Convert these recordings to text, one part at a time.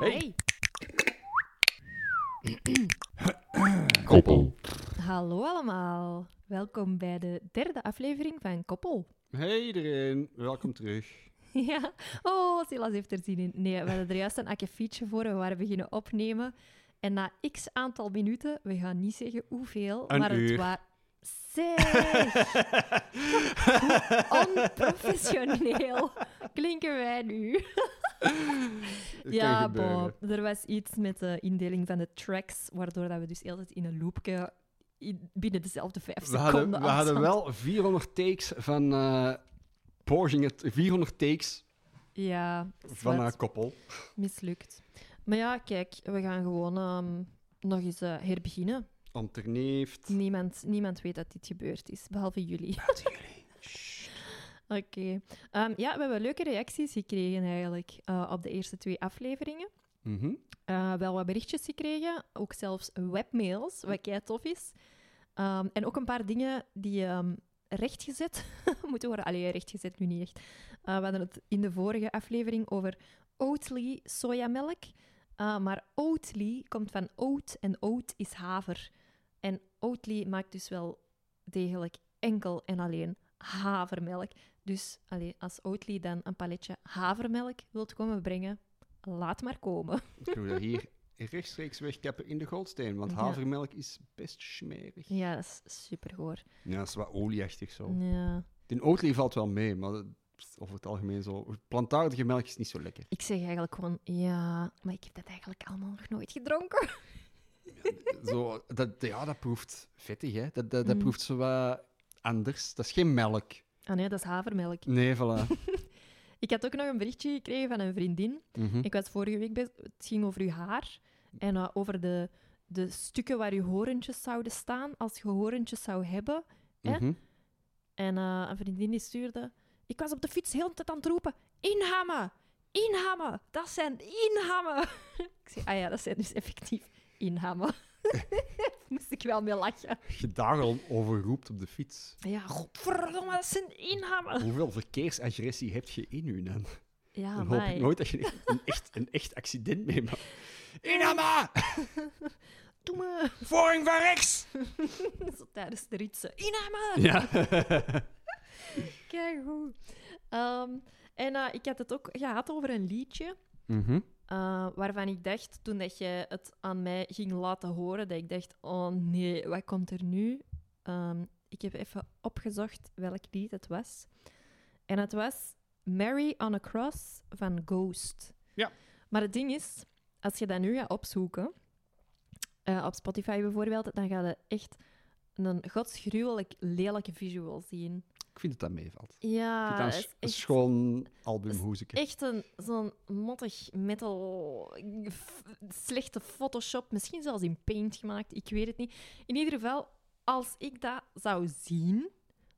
Hey. Koppel. Hallo allemaal. Welkom bij de derde aflevering van Koppel. Hey iedereen, welkom terug. Ja. Oh, Silas heeft er zin in. Nee, we hadden er juist een akkefietje voor. We waren beginnen opnemen. En na x aantal minuten, we gaan niet zeggen hoeveel, Een maar uur. het was... Zeg! Hoe onprofessioneel klinken wij nu. Het ja, kan gebeuren. Bob. Er was iets met de indeling van de tracks, waardoor dat we dus altijd in een loopje in- binnen dezelfde vijf We seconden hadden, we hadden afstand- wel 400 takes van eh pogingen, 400 takes Ja, van zwart. haar koppel. mislukt. Maar ja, kijk, we gaan gewoon ehm, nog eens eh, herbeginnen. Onterneefd. Niemand, niemand weet dat dit gebeurd is, behalve jullie. Oké. Ehm, ja, we hebben leuke reacties gekregen eigenlijk eh, op de eerste twee afleveringen. Mhm. Eh, wel wat berichtjes gekregen, ook zelfs webmails, wat kei tof is. Ehm, en ook een paar dingen die ehm, rechtgezet moeten worden. Allee, rechtgezet nu niet echt. Eh, we hadden het in de vorige aflevering over Oatly sojamelk. Eh, maar Oatly komt van oat en oat is haver. En Oatly maakt dus wel degelijk enkel en alleen havermelk. Dus allee, als Oatly dan een paletje havermelk wilt komen brengen, laat maar komen. Ik doe dat hier rechtstreeks wegkappen in de Goldsteen, want Ja. havermelk is best smerig. Ja, Ja, dat is super hoor. dat is wat olieachtig zo. Ja. De oatly valt wel mee, maar dat is over het algemeen zo. Plantaardige melk is niet zo lekker. Ik zeg eigenlijk gewoon ja, maar ik heb dat eigenlijk allemaal nog nooit gedronken. Zo, dat, ja, dat proeft vettig, hè. Dat, dat, dat Mm. proeft zo wat anders. Dat is geen melk. Ah nee, dat is havermelk. Nee, voilà. Ik had ook nog een berichtje gekregen van een vriendin. Mhm. Ik was vorige week bij... Het ging over uw haar en eh, over de, de stukken waar uw horentjes zouden staan als je horentjes zou hebben. hè? Mhm. En eh, een vriendin die stuurde... Ik was op de fiets heel de tijd aan het roepen. Inhammen! Inhammen! Dat zijn inhammen! ik zei, ah ja, dat zijn dus effectief inhammen. Moest ik wel mee lachen. Je daar al over roept op de fiets. Ja, godverdomme, dat is een inhammen. Hoeveel verkeersagressie heb je in u dan? Ja, dan hoop ik amai. nooit dat je een echt, een echt accident meemaakt. Eh. Inama! Doe me. Vooring van rechts! Zo tijdens de eh, ritsen. Inhammen! Ja. Kijk hoe. en eh, ik had het ook gehad over een liedje. Mhm. eh, waarvan ik dacht toen dat jij het aan mij ging laten horen, dat ik dacht: oh nee, wat komt er nu? Ehm, ik heb even opgezocht welk lied het was. En het was Mary on a Cross van Ghost. Ja. Maar het ding is, als je dat nu gaat opzoeken, eh, op Spotify bijvoorbeeld, dan ga je echt een godsgruwelijk lelijke visual zien. Ik vind dat dat meevalt. Ik Ja, vind dat Ah, het een, is sch- een echt- dus schoon album hoezeke. Echt een, zo'n mottig metal, f- slechte Photoshop, misschien zelfs in Paint gemaakt, ik weet het niet. In ieder geval, als ik dat zou zien,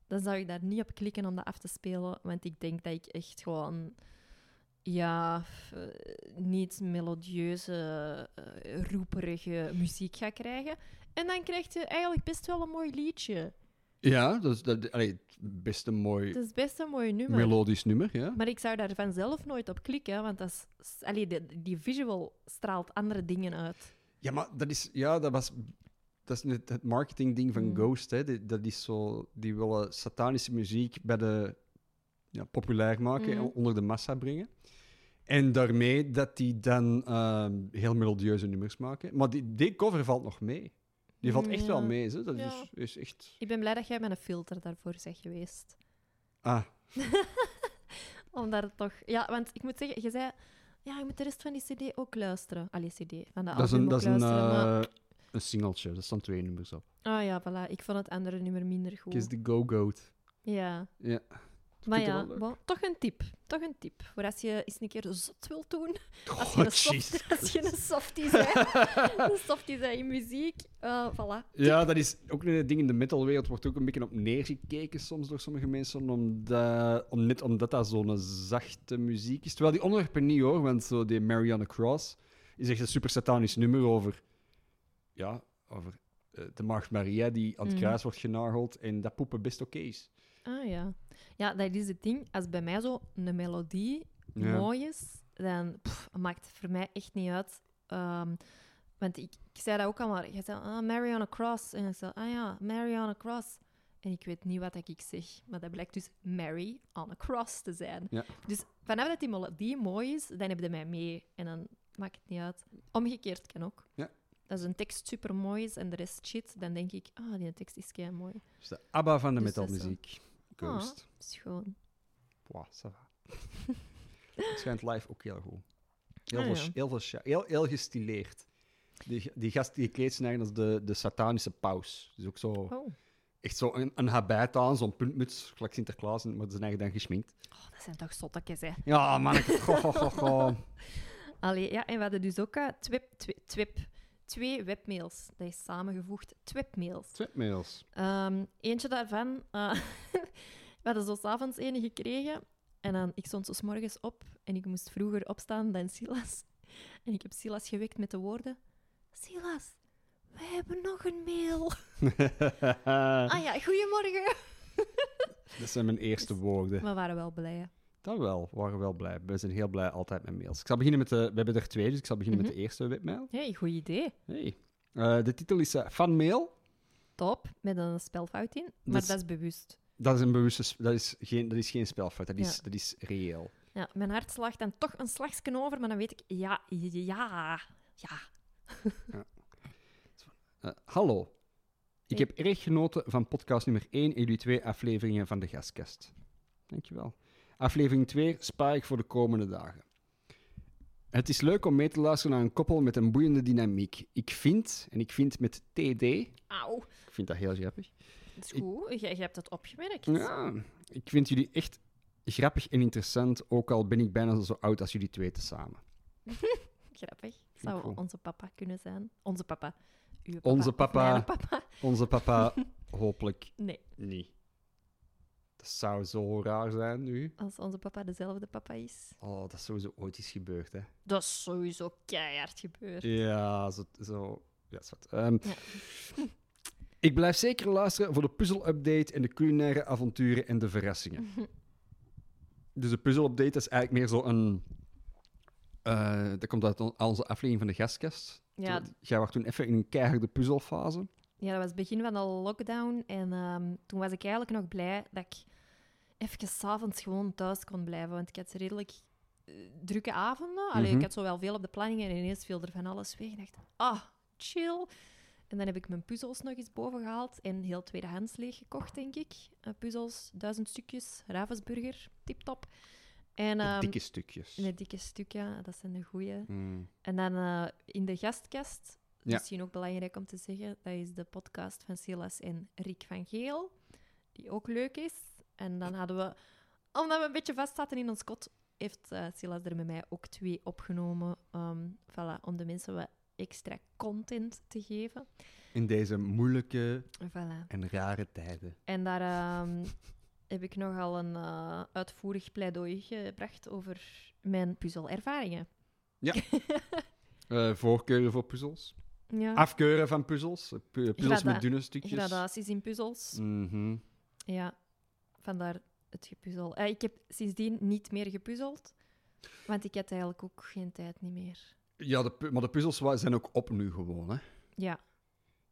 dan zou ik daar niet op klikken om dat af te spelen, want ik denk dat ik echt gewoon, ja, f- eh, niet melodieuze, eh, roeperige muziek ga krijgen. En dan krijg je eigenlijk best wel een mooi liedje. Ja, dat is dat, allee, best een mooi Het is best een mooi nummer. melodisch nummer. Ja. Maar ik zou daar vanzelf nooit op klikken, want dat is, s- allee, de- die visual straalt andere dingen uit. ja, maar dat is, ja, dat was, dat is net het marketingding van Mm. Ghost. Hè. Die, dat is zo, die willen satanische muziek bij de, ja, populair maken, Mhm. onder de massa brengen. En daarmee dat die dan ehm, heel melodieuze nummers maken. Maar die, die cover valt nog mee. Die valt echt wel Ja. mee. Hè. Dat Ja. is, is echt... Ik ben blij dat jij met een filter daarvoor bent geweest. Ah, Omdat het toch... Ja, want ik moet zeggen, je zei... Ja, je moet de rest van die cd ook luisteren. Allee, cd. Van de dat is album een, ook dat is een, luisteren, maar- eh, een singeltje. Daar staan twee nummers op. Ah ja, voilà. Ik vond het andere nummer minder goed. Kiss the Go-Goat. Ja. Ja. Maar vind ik ja, wel leuk. bon, toch een tip. Toch een tip. Voor als je eens een keer zot wilt doen. Als je, God, een, Jesus soft, als je een Christus. softie bent. een softie bent in muziek. eh voilà. Ja, dat is ook een ding in de metalwereld. Wordt ook een beetje op neergekeken soms door sommige mensen. Omdat, om, net omdat dat zo'n zachte muziek is. Terwijl die onderwerpen niet hoor, want zo die Mariana Cross is echt een super satanisch nummer over. Ja, over eh, de Maagd Maria die aan het Mhm. kruis wordt genageld. En dat poepen best oké is. Ah ja. Ja, dat is het ding. Als bij mij zo een melodie mooi is, dan pff, maakt het voor mij echt niet uit. Ehm, want ik, ik zei dat ook allemaal. Je zei, ah, Mariana Cross. En ik zei, ah ja, Mariana Cross. En ik weet niet wat ik zeg, maar dat blijkt dus Mary on a cross te zijn. Ja. Dus vanaf dat die melodie mooi is, dan heb je mij mee. En dan maakt het niet uit. Omgekeerd kan ook. Ja. Als een tekst super mooi is en de rest shit, dan denk ik, ah, die tekst is kei mooi. Dus de ABBA van de Dus dat is zo. metalmuziek. Ghost. Schoon. Wow, ça va. Het schijnt live ook heel goed. Heel, Ah, ja. veel, sch- heel, veel scha- heel, heel gestileerd. Die, die gast die kleedt zich eigenlijk als de, de satanische paus. Dus ook zo, Oh. echt zo een, een habit aan, zo'n puntmuts, gelijk Sinterklaas, maar zijn eigen dan geschminkt. oh, dat zijn toch zottekjes, hè? Ja, man, ik... Goh, goh, goh, goh. Allee, ja, en we hadden dus ook eh, twip, twip, twip, twee webmails. Dat is samengevoegd, twipmails. Tweetmails. Ehm, eentje daarvan, eh, we hadden zo s'avonds ene gekregen. En dan, ik stond zo 's morgens op en ik moest vroeger opstaan dan Silas. En ik heb Silas gewekt met de woorden... Silas, we hebben nog een mail. Ah ja, goedemorgen. Dat zijn mijn eerste woorden. We waren wel blij. hè. Dat wel, we waren wel blij. We zijn heel blij altijd met mails. Ik zal beginnen met de... We hebben er twee, dus ik zal beginnen Mhm. met de eerste webmail. hey, goed idee. Hey. Eh, de titel is eh, fanmail. Top, met een spelfout in. Maar Dus- dat is bewust. Dat is een bewuste... sp- Dat is geen, dat is geen spelfout, dat is, Ja. dat is reëel. Ja, mijn hart slaagt dan toch een slagsken over, maar dan weet ik, ja, ja, ja. Eh, hallo. Ik Hey. heb erg genoten van podcast nummer 1 en jullie twee afleveringen van de gastkast. Dankjewel. Aflevering 2 spaar ik voor de komende dagen. Het is leuk om mee te luisteren naar een koppel met een boeiende dynamiek. Ik vind, en ik vind met TD, ik Auw. vind dat heel grappig. Dat is Ik- goed, je, hebt dat opgemerkt. Ja, ik vind jullie echt grappig en interessant, ook al ben ik bijna zo oud als jullie twee tezamen. Grappig. Zou cool. onze papa kunnen zijn? Onze papa. Uw Onze of papa. Mijn papa. Onze papa hopelijk Nee, niet. Dat zou zo raar zijn nu. als onze papa dezelfde papa is. Oh, dat is sowieso ooit iets gebeurd, hè? Dat is sowieso keihard gebeurd. Ja, zo. zo ja, zwart. Ehm, Ja. Ik blijf zeker luisteren voor de puzzel-update en de culinaire avonturen en de verrassingen. Dus de puzzel-update is eigenlijk meer zo een... eh, dat komt uit on- onze aflevering van de gastkast. Ja. Toen- Jij was toen even in een keiharde puzzelfase. Ja, dat was het begin van de lockdown. En ehm, toen was ik eigenlijk nog blij dat ik even s'avonds gewoon thuis kon blijven. Want ik had redelijk eh, drukke avonden. Allee, Mhm. ik had zo wel veel op de planning en ineens viel er van alles weg. En dacht, ah, chill. En dan heb ik mijn puzzels nog eens boven gehaald en heel tweedehands leeggekocht, denk ik. Eh, puzzels, duizend stukjes, Ravensburger, tip-top. En, De ehm, dikke stukjes. de dikke stukken, dat zijn de goeie. Mm. En dan eh, in de gastkast, Ja. misschien ook belangrijk om te zeggen, dat is de podcast van Silas en Rick van Geel, die ook leuk is. En dan hadden we, omdat we een beetje vast zaten in ons kot, heeft eh, Silas er met mij ook twee opgenomen. ehm, voilà, om de mensen wat extra content te geven. In deze moeilijke Voilà. en rare tijden. En daar ehm, heb ik nogal een eh, uitvoerig pleidooi gebracht over mijn puzzelervaringen. Eh, voorkeuren voor puzzels. Ja, Afkeuren van puzzels. Pu- puzzels Grada- met dunne stukjes. gradaties in puzzels. Mhm. Ja, vandaar het gepuzzel. Eh, ik heb sindsdien niet meer gepuzzeld, want ik had eigenlijk ook geen tijd niet meer. Ja, de pu- maar de puzzels wa- zijn ook op nu gewoon, hè. Ja,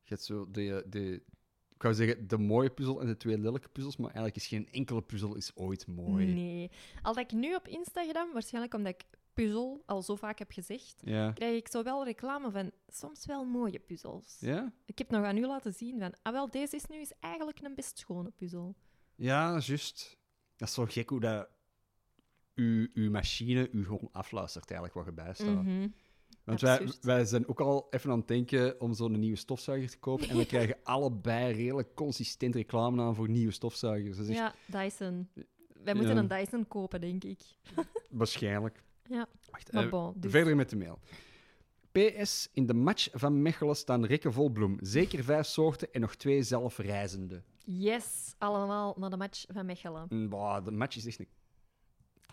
Je hebt zo de, de... Ik wou zeggen, de mooie puzzel en de twee lelijke puzzels, maar eigenlijk is geen enkele puzzel is ooit mooi. nee. Al dat ik nu op Instagram, waarschijnlijk omdat ik puzzel al zo vaak heb gezegd, Ja. krijg ik zo wel reclame van soms wel mooie puzzels. Ja? Ik heb nog aan u laten zien van, ah wel, deze is nu is eigenlijk een best schone puzzel. Ja, juist. Dat is zo gek hoe dat... Uw, uw machine u gewoon afluistert, eigenlijk, waar je bij staat. Mhm. Want wij, absurd. wij zijn ook al even aan het denken om zo'n nieuwe stofzuiger te kopen. En we krijgen allebei redelijk consistent reclame aan voor nieuwe stofzuigers. Dat is echt- Ja, Dyson. Wij moeten Dus Ja. een Dyson kopen, denk ik. waarschijnlijk. Ja. Wacht, Maar eh, bon, dus- Verder met de mail. PS, in de match van Mechelen staan rekken vol bloem. Zeker vijf soorten en nog twee zelfrijzende. Yes, allemaal naar de match van Mechelen. Mm, Bah, de match is echt een...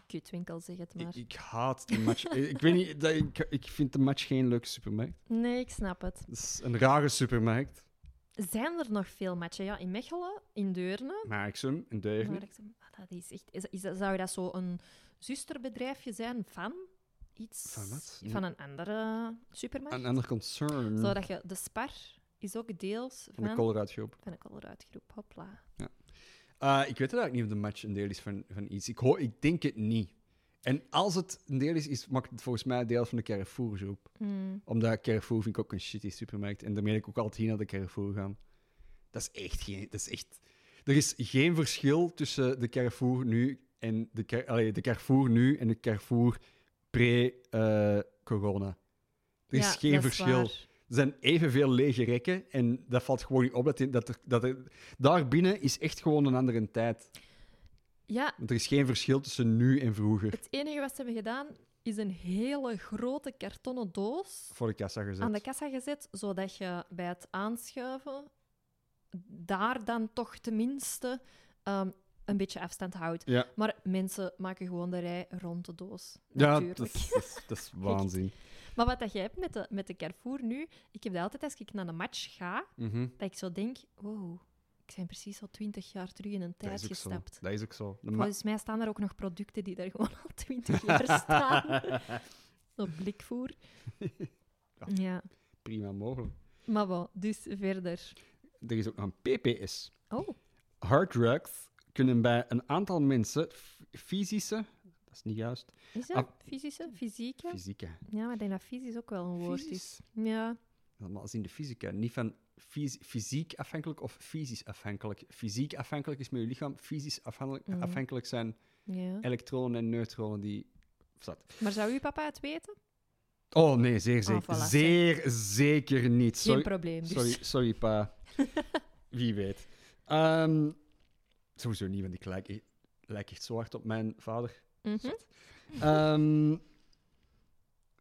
Kutwinkel, zeg het maar. Ik, ik haat de match. ik ik weet niet, dat, ik, ik vind de match geen leuke supermarkt. Nee, ik snap het. Het is een rare supermarkt. Zijn er nog veel matchen? Ja, in Mechelen, in Deurne. Maxim, een deugd. Maar ik zeg, ah, dat is echt, is, is dat- zou dat zo een zusterbedrijfje zijn van iets Van wat? van een andere supermarkt. Een ander concern Zodat je de Spar is ook deels van de van, Colorado Shop. van de Colruyt Groep. Hopla. Eh, ik weet eigenlijk niet of de match een deel is van, van iets. Ik, hoor, ik denk het niet. En als het een deel is, is maakt het volgens mij deel van de Carrefour groep. Hmm. Omdat Carrefour vind ik ook een shitty supermarkt. En daarmee ik ook altijd hier naar de Carrefour gaan. Dat is echt geen... Dat is echt... Er is geen verschil tussen de Carrefour nu en de, Car- allee, de Carrefour nu en de Carrefour pre-corona. er is Ja, geen dat verschil. waar. Er zijn evenveel lege rekken en dat valt gewoon niet op. Dat, die- dat, er, dat er, daarbinnen is echt gewoon een andere tijd. Ja, Want er is geen verschil tussen nu en vroeger Het enige wat ze hebben gedaan is een hele grote kartonnen doos voor de kassa gezet. aan de kassa gezet, zodat je bij het aanschuiven daar dan toch tenminste ehm, een beetje afstand houdt. Ja. Maar mensen maken gewoon de rij rond de doos. ja, natuurlijk. dat is, dat, is, dat is waanzin. Maar wat dat jij hebt met de, met de Carrefour nu, ik heb dat altijd als ik naar een match ga, Mhm. dat ik zo denk, wow, ik ben precies al twintig jaar terug in een Dat tijd is ook zo. gestapt. Dat is ook zo. De ma- Volgens mij staan er ook nog producten die daar gewoon al twintig jaar staan. Op blikvoer. Ja. Ja. Prima mogelijk. Maar wat, dus verder. Er is ook nog een PPS. Oh, Hard drugs kunnen bij een aantal mensen f- fysische... Dat is niet juist. is dat Ah. fysische? Fysieke? Fysieke. Ja, maar ik denk dat fysisch ook wel een woord is. Fysisch? Ja. Allemaal als in de fysica. Niet van fys- fysiek afhankelijk of fysisch afhankelijk. Fysiek afhankelijk is met je lichaam. Fysisch afhankelijk, Mhm. afhankelijk zijn ja. elektronen en neutronen die... Zat. Maar zou uw papa het weten? Oh nee, zeer zeker. voilà, zeg. zeer zeker niet. Geen Sorry, probleem. Dus. sorry, sorry pa. Wie weet. Ehm, sowieso niet, want ik lijk, e- lijk echt zo hard op mijn vader. Mhm. Ehm,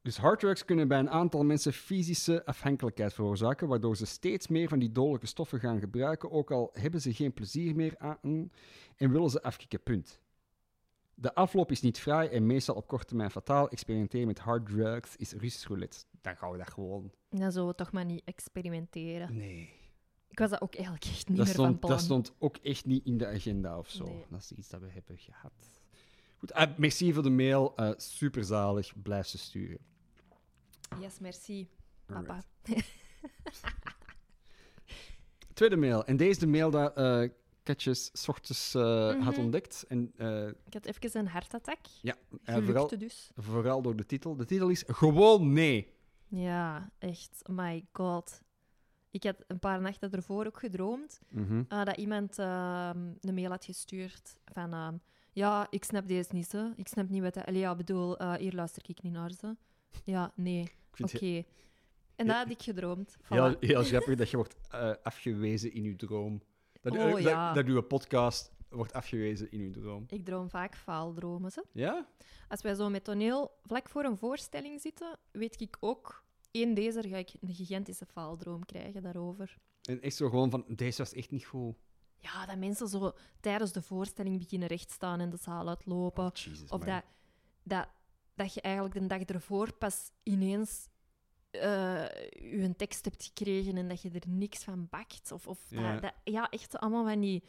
dus hardworks kunnen bij een aantal mensen fysische afhankelijkheid veroorzaken, waardoor ze steeds meer van die dodelijke stoffen gaan gebruiken, ook al hebben ze geen plezier meer aan en willen ze afkicken, punt. De afloop is niet vrij en meestal op korte termijn fataal. Experimenteren met harddrugs is Russisch roulette. Dan gaan we dat gewoon... Dan zullen we toch maar niet experimenteren. Nee. Ik was dat ook eigenlijk echt niet Dat meer van stond, plan. dat stond ook echt niet in de agenda of zo. Nee. Dat is iets dat we hebben gehad. Goed, eh, merci voor de mail. eh superzalig. Blijf ze sturen. Yes, merci, Alright. papa. Tweede mail. En deze is de mail dat eh Katjes 's ochtends eh, had Mhm. ontdekt. En eh, Ik had even een hartattack. Ja, eh, Gelukte vooral, dus. vooral door de titel. De titel is Gewoon Nee. Ja, echt. My god. Ik had een paar nachten ervoor ook gedroomd Mhm. Ah, dat iemand ehm, een mail had gestuurd van... ehm, ja, ik snap deze niet, hè. Ik snap niet wat... dat- Allee, ja, bedoel, eh, hier luister ik niet naar, ze. Ja, nee, Ik vind oké. het En Ja. dat had ik gedroomd. Voilà. heel, heel grappig dat je wordt eh, afgewezen in je droom. Dat, Oh, eh, dat- ja. dat, je podcast wordt afgewezen in je droom. Ik droom vaak faaldromen, ze. Ja? Als wij zo met toneel vlak voor een voorstelling zitten, weet ik ook... één deze ga ik een gigantische faaldroom krijgen daarover. En echt zo gewoon van, deze was echt niet goed. Ja, dat mensen zo tijdens de voorstelling beginnen rechtstaan en de zaal uitlopen. Oh, Jesus, Of man. dat, dat, dat je eigenlijk de dag ervoor pas ineens eh, je een tekst hebt gekregen en dat je er niks van bakt. Of, of dat- Ja. Dat, ja, echt zo allemaal van die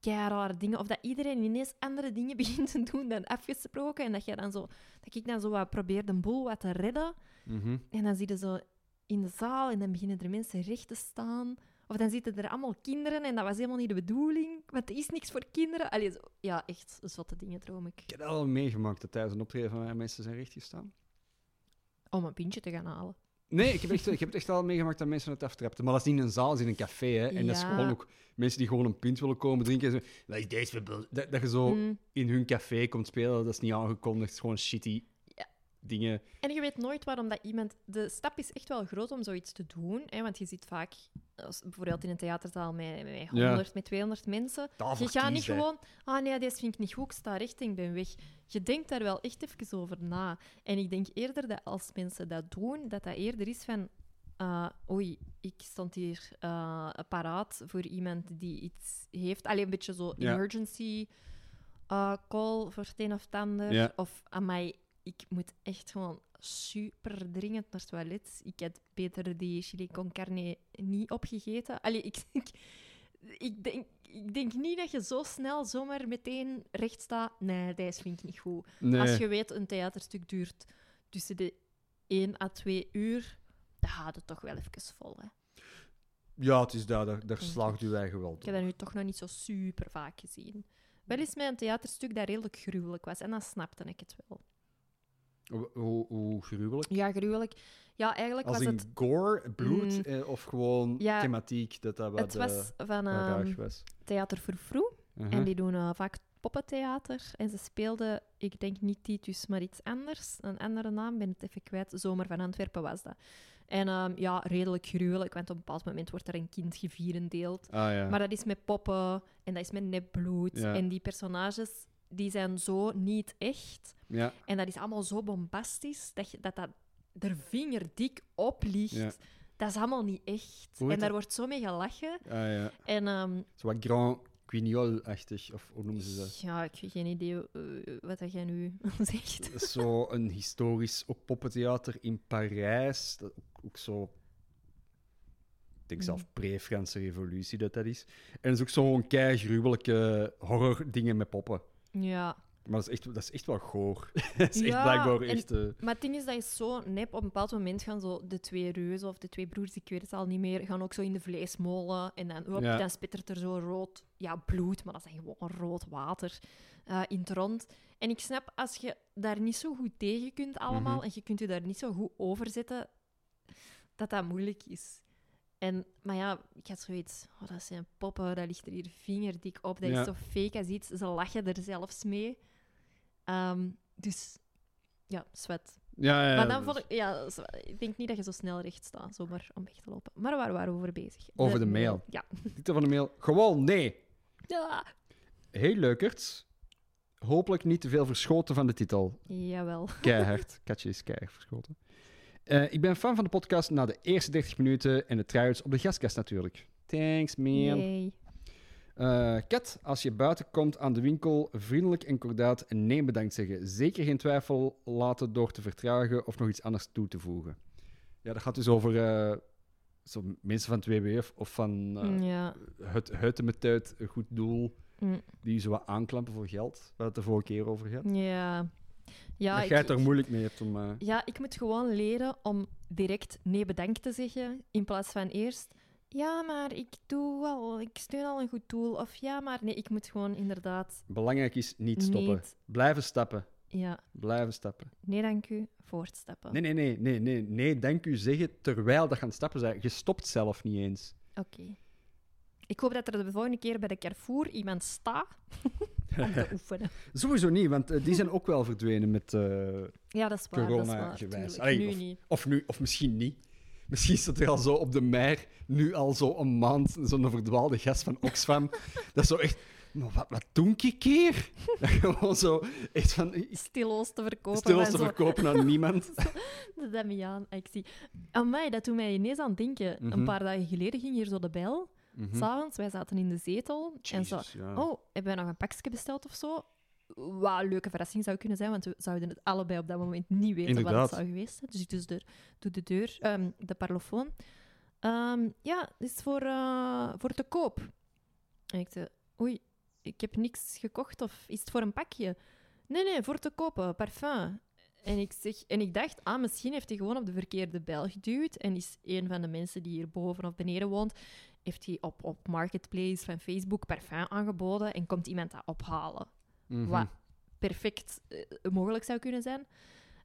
keirare dingen. Of dat iedereen ineens andere dingen begint te doen dan afgesproken. En dat, jij dan zo, dat ik dan zo wat probeer de boel wat te redden. Mhm. En dan zie je zo in de zaal en dan beginnen er mensen recht te staan. Of dan zitten er allemaal kinderen en dat was helemaal niet de bedoeling. Want er is niks voor kinderen. Allee, zo- ja, echt zotte dingen droom ik. Ik heb dat al meegemaakt, dat tijdens een optreden van mij mensen zijn rechtgestaan. om een pintje te gaan halen. Nee, ik heb, echt, ik heb het echt al meegemaakt dat mensen het aftrapten. Maar dat is niet in een zaal, dat is in een café. Hè. En dat is Ja. gewoon ook mensen die gewoon een pint willen komen drinken. en Zo, "Wat is deze voor bul-" dat, dat je zo Mm. in hun café komt spelen, dat is niet aangekondigd. Het is gewoon shitty Ja. dingen. En je weet nooit waarom dat iemand... De stap is echt wel groot om zoiets te doen. Hè, want je ziet vaak, als, bijvoorbeeld in een theaterzaal met, met 100, met 200 mensen. Daarvoor Je gaat niet kiezen. gewoon... Ah nee, deze vind ik niet goed, ik sta recht en ik ben weg. Je denkt daar wel echt even over na. En ik denk eerder dat als mensen dat doen, dat dat eerder is van... ah, oei, ik stond hier eh, paraat voor iemand die iets heeft. Alleen een beetje zo Ja. emergency eh, call voor het een of het ander. Ja. Of amai, ik moet echt gewoon super dringend naar het toilet. Ik had beter die chili con carne niet opgegeten. Allee, ik, ik, ik, denk, ik denk niet dat je zo snel zomaar meteen recht staat. Nee, dat vind ik niet goed. Nee. Als je weet, een theaterstuk duurt tussen de 1 à 2 uur, dat houdt het toch wel even vol. Hè? Ja, het is daar, daar, daar slaagt uw eigen wel Ik heb dat nu toch nog niet zo super vaak gezien. Wel is mijn theaterstuk dat redelijk gruwelijk was en dan snapte ik het wel. Hoe, hoe, hoe gruwelijk. Ja, gruwelijk. Ja, eigenlijk Als was in het. gore, bloed Mm. eh, of gewoon Ja, thematiek dat dat wat Het was van eh, ehm, raar was. Uh-huh. Theater voor Vroeg. Mhm. En die doen eh, vaak poppentheater. En ze speelden, ik denk niet Titus, maar iets anders. Een andere naam, ben het even kwijt. Zomer van Antwerpen was dat. En ehm, ja, redelijk gruwelijk, want op een bepaald moment wordt er een kind gevierendeeld. Ah, ja. Maar dat is met poppen en dat is met nepbloed. Ja. En die personages die zijn zo niet echt. ja. En dat is allemaal zo bombastisch dat je, dat, dat er vingerdik op ligt. Ja. Dat is allemaal niet echt. Hoe heet en daar dat? wordt zo mee gelachen. Ah, ja. En ehm, Zo wat Grand Quignol-achtig, of hoe noemen ze dat? ja, ik heb geen idee eh, wat dat jij nu zegt. zo een historisch ook poppentheater in Parijs. Dat ook, ook zo. Ik denk zelf pre-Franse revolutie dat dat is. En het is ook zo'n kei gruwelijke horror dingen met poppen. Ja. Maar dat is echt, dat is echt wel goor. dat is echt Ja, blijkbaar en- echt. eh, Maar het ding is dat is zo nep. Op een bepaald moment gaan zo de twee reuzen of de twee broers, ik weet het al niet meer, gaan ook zo in de vleesmolen. En dan, hop, Ja. dan spittert er zo rood ja, bloed, maar dat is dan gewoon rood water eh, in het rond. En ik snap, als je daar niet zo goed tegen kunt allemaal, Mhm. en je kunt je daar niet zo goed over zetten, dat dat moeilijk is. En, maar ja, ik had zoiets, oh, dat zijn poppen, dat ligt er hier vingerdik op, dat Ja. is zo fake als iets. Ze lachen er zelfs mee. Ehm, dus ja, zwet. ja, ja, ja, Maar dan dat vond is- ik, ja, zo- ik denk niet dat je zo snel recht staat, zomaar om weg te lopen. Maar waar waren we over bezig? Over de mail. Ja. Titel van de mail: Gewoon nee. ja. Ah, Heel leukerts. Hopelijk niet te veel verschoten van de titel. Jawel. Keihard. Katje is keihard verschoten. Eh, ik ben fan van de podcast na de eerste 30 minuten en de try op de gastkast natuurlijk. Thanks, man. Yay. Eh, Kat, als je buiten komt aan de winkel, vriendelijk en kordaat en nee bedankt zeggen. Zeker geen twijfel laten door te vertragen of nog iets anders toe te voegen. Ja, dat gaat dus over eh, zo mensen van het WWF of van eh, ja. het huiten met tuit, een goed doel, Mm. die zo wat aanklampen voor geld. Waar we het de vorige keer over gaat. Ja. Ja, dat ik, jij het er moeilijk mee hebt om... eh, ja, ik moet gewoon leren om direct nee bedankt te zeggen, in plaats van eerst... Ja, maar ik doe al, ik steun al een goed doel. Of ja, maar nee, ik moet gewoon inderdaad Belangrijk is niet stoppen. niet... Blijven stappen. Ja, Blijven stappen. nee dank u, voortstappen. Nee, nee, nee, nee, nee, nee. Dank u zeggen terwijl dat gaan stappen zijn. Je stopt zelf niet eens. Oké. Ik hoop dat er de volgende keer bij de Carrefour iemand staat om te oefenen. Sowieso niet, want eh, die zijn ook wel verdwenen met. eh, Ja, dat is waar. dat is waar, Corona-gewijs. tuurlijk. Allee, nu niet. of nu, of misschien niet. Misschien staat er al zo op de mer, nu al zo een maand, zo'n verdwaalde gast van Oxfam. dat is zo echt. Maar wat, wat doe ik hier? Dat gewoon zo echt van. ik- Stilo's te verkopen. Stil en te zo. verkopen aan niemand. De Damiaan, ik zie. Amai, dat doet mij ineens aan denken. Mhm. Een paar dagen geleden ging hier zo de bel. S'avonds, wij zaten in de zetel. en Jezus, zo, ja. oh, hebben wij nog een pakje besteld of zo? Wat een leuke verrassing zou kunnen zijn, want we zouden het allebei op dat moment niet weten wat Inderdaad. het zou geweest zijn. Dus ik dus de, doe de deur, ehm, de parlofoon. Ehm, ja, dit is voor, eh, voor te koop. En ik zei, oei, ik heb niks gekocht of is het voor een pakje? Nee, nee, voor te kopen, parfum. En ik, zeg, en ik dacht, ah, misschien heeft hij gewoon op de verkeerde bel geduwd en is een van de mensen die hier boven of beneden woont, heeft hij op, op Marketplace van Facebook parfum aangeboden en komt iemand dat ophalen Mhm. wat perfect eh, mogelijk zou kunnen zijn.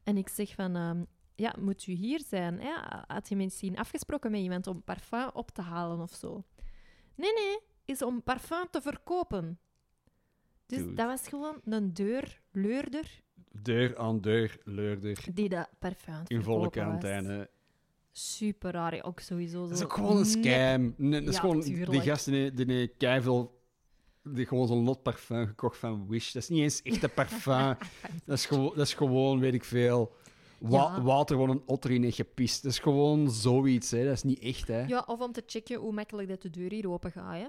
En ik zeg van, ehm, ja, moet u hier zijn? Ja, had je misschien afgesproken met iemand om parfum op te halen of zo? Nee, nee, is om parfum te verkopen. Dus Dude. dat was gewoon een deurleurder Deur aan deur, leurder. die dat parfum aan het In volle verkopen was. quarantaine. Super raar, ja, ook sowieso. Dat is zo ook gewoon een nep. scam. Nee, dat is Ja, gewoon die tuurlijk. gasten die, die, die keiveel... Die gewoon zo'n lot parfum gekocht van Wish. Dat is niet eens echt een parfum. dat, is gewoon, dat is gewoon, weet ik veel... Wa Ja. Water gewoon een otter in heeft gepist. Dat is gewoon zoiets, hè. Dat is niet echt, hè. Ja, of om te checken hoe makkelijk dat de deur hier open gaat. Hè.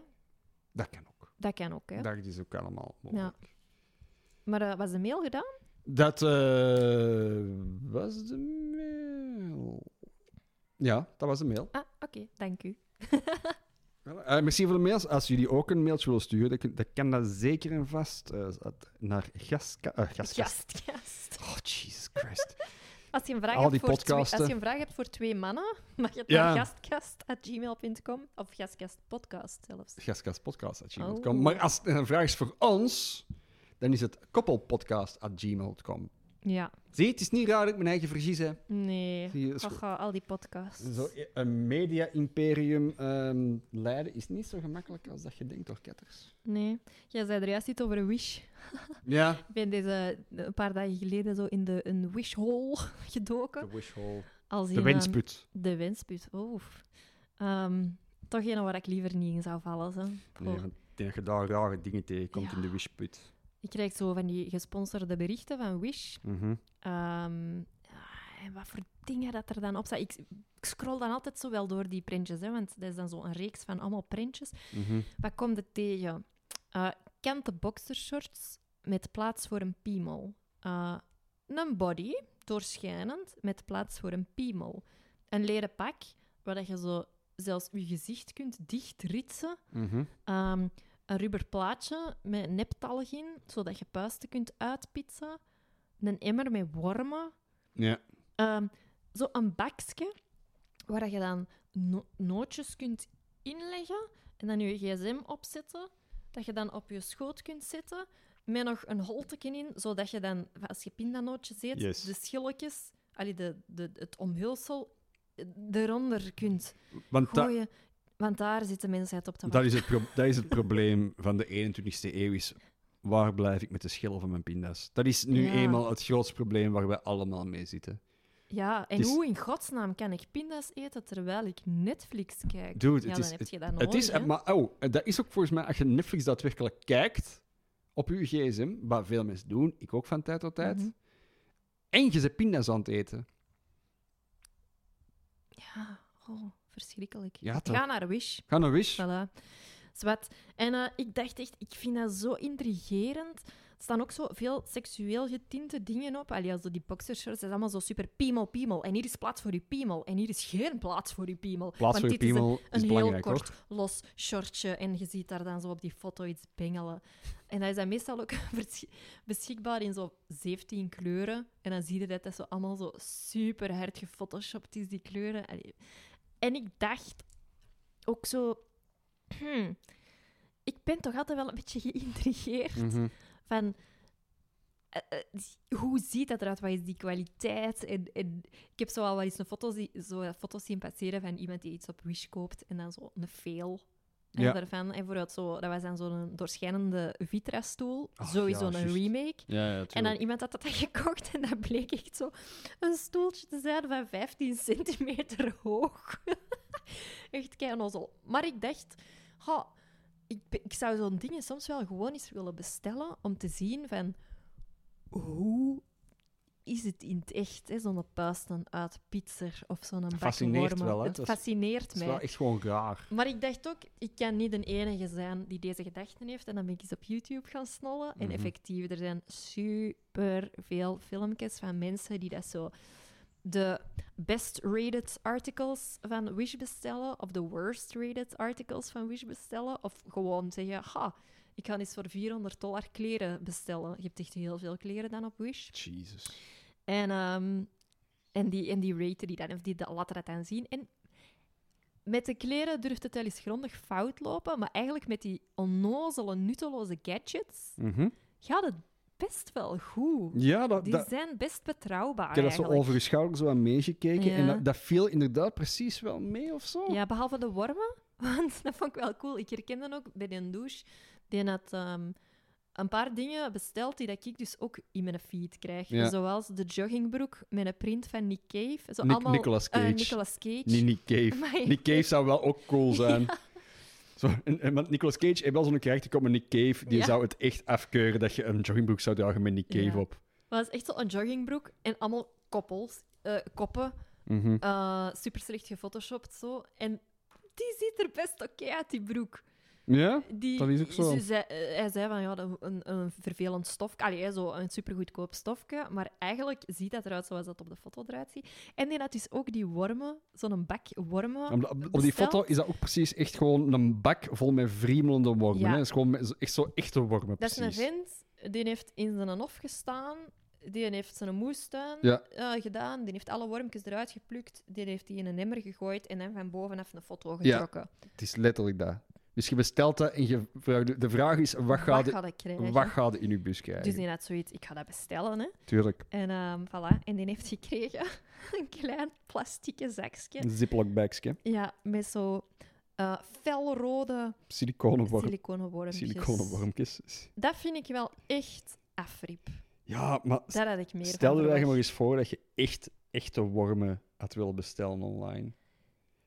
Dat kan ook. Dat kan ook, hè. Dat is ook allemaal mogelijk. Maar eh, was de mail gedaan? Dat eh, was de mail. Ja, dat was de mail. Ah, oké, dank u. Eh, merci voor de mails. Als jullie ook een mailtje willen sturen, dan, kun- dan kan dat zeker en vast eh, naar gastka- eh, gastkast. Gastgast. Oh, Jesus Christ. Als je, een vraag Al hebt die voor twee, podcasten. als je een vraag hebt voor twee mannen, mag je het Ja. naar gastkast.gmail.com of gastkastpodcast zelfs. Gastkastpodcast.gmail.com. Oh. Maar als het een vraag is voor ons, dan is het koppelpodcast.gmail.com. Ja, Zie, het is niet raar dat ik mijn eigen vergis hè. nee. Zie je, dat is goed. Haha, al die podcasts. Zo, eh, een media-imperium ehm, leiden is niet zo gemakkelijk als dat je denkt, door ketters. Nee. Jij zei er juist iets over Wish. Ja. Ik ben deze eh, een paar dagen geleden zo in de, een Wish Hole gedoken. De wishhole. Als in, De ehm, wensput. De wensput, oh. Ehm, toch een waar ik liever niet in zou vallen. Zo. Nee, Oh. want ik denk dat je daar rare dingen tegenkomt Ja. in de wishput. Ik krijg zo van die gesponsorde berichten van Wish. Mhm. Ehm, ja, en wat voor dingen dat er dan op staat. Ik, ik scroll dan altijd zo wel door die printjes, hè, want dat is dan zo'n reeks van allemaal printjes. mhm. Wat komt er tegen? Eh kante boxershorts met plaats voor een piemel. Eh, een body, doorschijnend, met plaats voor een piemel. Een leren pak, waar dat je zo zelfs je gezicht kunt dichtritsen. Mhm. Ehm, een rubber plaatje met neptalg in, zodat je puisten kunt uitpitsen. Een emmer met wormen. Ja. Ehm, zo een bakje waar dat je dan no- nootjes kunt inleggen en dan je gsm opzetten, dat je dan op je schoot kunt zetten, met nog een holteken in, zodat je dan, als je pindanootjes eet, Yes. de schilletjes, allee, de, de, het omhulsel eh, eronder kunt Want dat, gooien. Want daar zit de mensheid op te wachten. dat, is het pro- dat is het probleem van de 21ste eeuw. Is waar blijf ik met de schil van mijn pinda's? Dat is nu Ja. eenmaal het grootste probleem waar wij allemaal mee zitten. Ja, en het is- hoe in godsnaam kan ik pinda's eten terwijl ik Netflix kijk? Dude, ja, het dan is- heb je dat nodig. Het is, hè. maar oh, dat is ook volgens mij, als je Netflix daadwerkelijk kijkt op je gsm, wat veel mensen doen, ik ook van tijd tot tijd, Mhm. en je zit pinda's aan het eten. Ja, oh, verschrikkelijk. Ja, toch? Ga naar Wish. Ga naar Wish. Voilà. Zwat. En eh, ik dacht echt, ik vind dat zo intrigerend. Er staan ook zo veel seksueel getinte dingen op. Allee, als zo die boxershorts, dat is allemaal zo super piemel, piemel. En hier is plaats voor je piemel. En hier is geen plaats voor je piemel. Plaats voor je Want dit piemel is een, is een heel belangrijk, kort hoor. los shortje. En je ziet daar dan zo op die foto iets bengelen. En dat is dan meestal ook vers- beschikbaar in zo'n 17 kleuren. En dan zie je dat dat zo allemaal zo super hard gefotoshopt is, die kleuren. Allee. En ik dacht ook zo... hmm, ik ben toch altijd wel een beetje geïntrigeerd Mhm. van... eh, eh, hoe ziet dat eruit? Wat is die kwaliteit? En, en ik heb zo al wel eens een foto, zie- zo wat foto's zien passeren van iemand die iets op Wish koopt en dan zo een veel Ja. daarvan. En vooruit zo, dat was dan zo'n doorschijnende Vitra-stoel, Ach, sowieso ja, een juist. remake. Ja, ja, En dan tuurlijk. iemand had dat dan gekocht en dat bleek echt zo een stoeltje te zijn van 15 centimeter hoog. echt kei-nozel. Maar ik dacht, ha, ik, be- ik zou zo'n dingen soms wel gewoon eens willen bestellen om te zien van hoe is het in het echt, hè, zo'n puist, een uitpitser of zo'n bak fascineert wormen. wel, hè, Dat dat is- fascineert Het is mij. wel echt gewoon raar. Maar ik dacht ook, ik kan niet de enige zijn die deze gedachten heeft. En dan ben ik eens op YouTube gaan snollen. En Mhm. effectief, er zijn superveel filmpjes van mensen die dat zo... De best-rated articles van Wish bestellen, of de worst-rated articles van Wish bestellen. Of gewoon zeggen, ha, ik ga eens voor 400 dollar kleren bestellen. Je hebt echt heel veel kleren dan op Wish. Jesus. En, ehm, en, die, en die raten die dan, of die da- laten dat dan zien. En met de kleren durft het wel eens grondig fout lopen, maar eigenlijk met die onnozele, nutteloze gadgets gaat het best wel goed. Mhm. Ja, dat, Die dat, zijn best betrouwbaar ik heb dat zo Ah, eigenlijk. over je schouder zo aan meegekeken en Ja. dat, dat viel inderdaad precies wel mee of zo. Ja, behalve de wormen, want dat vond ik wel cool. Ik herkende ook bij een douche, die had ehm, een paar dingen besteld die dat ik dus ook in mijn feed krijg. Ja. Zoals de joggingbroek met een print van Nick Cave. Zo Nic- allemaal, Nicolas eh, Cage. Nicolas Cage. Niet Nick Cave. Maar- Nick Cave zou wel ook cool zijn. Zo, en, en, want Nicolas Cage heeft wel zo'n karakter komt met Nick Cave. Die Ja. zou het echt afkeuren dat je een joggingbroek zou dragen met Nick Cave Ja. op. Maar het is echt zo'n joggingbroek en allemaal koppels, eh, koppen, Mhm. eh, super slecht gefotoshopt zo. En die ziet er best oké uit, die broek. Ja? Die, Dat is ook zo. ze zei- eh, hij zei van ja, dat- een, een vervelend stofje. Allee, hè, zo een supergoedkoop stofje. Maar eigenlijk ziet dat eruit zoals dat op de foto eruit ziet. En die had dus ook die wormen, zo'n bak wormen. Omdat Op, op die Oh, besteld. foto is dat ook precies echt gewoon een bak vol met vriemelende wormen. Ja. Hè? Dat is gewoon met- zo- echt zo echte wormen, Dat is precies. een vent, die heeft in zijn hof gestaan. Die heeft zijn moestuin Ja. eh, gedaan. Die heeft alle wormpjes eruit geplukt. Die heeft die in een emmer gegooid en dan van bovenaf een foto getrokken. Het is letterlijk dat. Dus je bestelt dat en je vraagt, de vraag is, wat gaat Wat je ga ik krijgen? wat gaat je in je bus krijgen? Dus die had zoiets, ik ga dat bestellen. Hè. Tuurlijk, En ehm, voilà, en die heeft gekregen een klein plastieke zakje. een ziploc bagje, Ja, met zo eh, felrode siliconen worm, siliconen wormpjes. siliconen wormpjes. Dat vind ik wel echt afriep. Ja, maar Daar had ik meer van stel je verwacht. eigenlijk maar eens voor dat je echt echte wormen had willen bestellen online.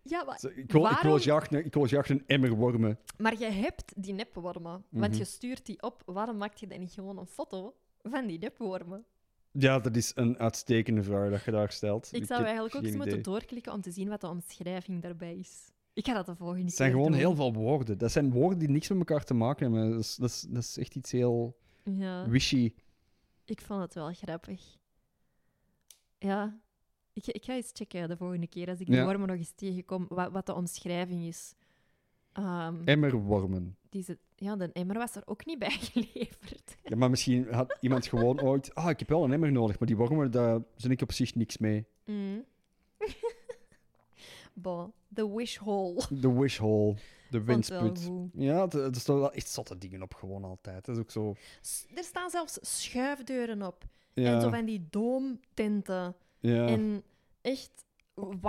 Ja, maar, Zo, Ik wil, ik wil Ah, Waarom- graag een- ik wil graag een emmer wormen. maar je hebt die nepwormen, want Mhm. je stuurt die op. Waarom maak je dan niet gewoon een foto van die nepwormen? Ja, dat is een uitstekende vraag dat je daar stelt. Ik heb zou eigenlijk ook geen eens idee. moeten doorklikken om te zien wat de omschrijving daarbij is. Ik ga dat de volgende keer Het zijn gewoon doen. heel veel woorden. Dat zijn woorden die niks met elkaar te maken hebben. Dat is, dat is, dat is echt iets heel Ja. wishy. Ik vond het wel grappig. Ja. Ik, ik ga eens checken de volgende keer als ik die Ja. wormen nog eens tegenkom, wat, wat de omschrijving is. Ehm, Emmerwormen. die ze- ja, de emmer was er ook niet bij geleverd. Ja, maar misschien had iemand gewoon ooit... Ah, ik heb wel een emmer nodig, maar die wormen, daar zin ik op zich niks mee. Mm. bon, the wish hole. De wish hole. De Vond wel windsput. goed. Ja, het- er staan wel echt zotte dingen op gewoon altijd. Dat is ook zo... S- Er staan zelfs schuifdeuren op. En zo Ja, van die doomtenten. ja. En echt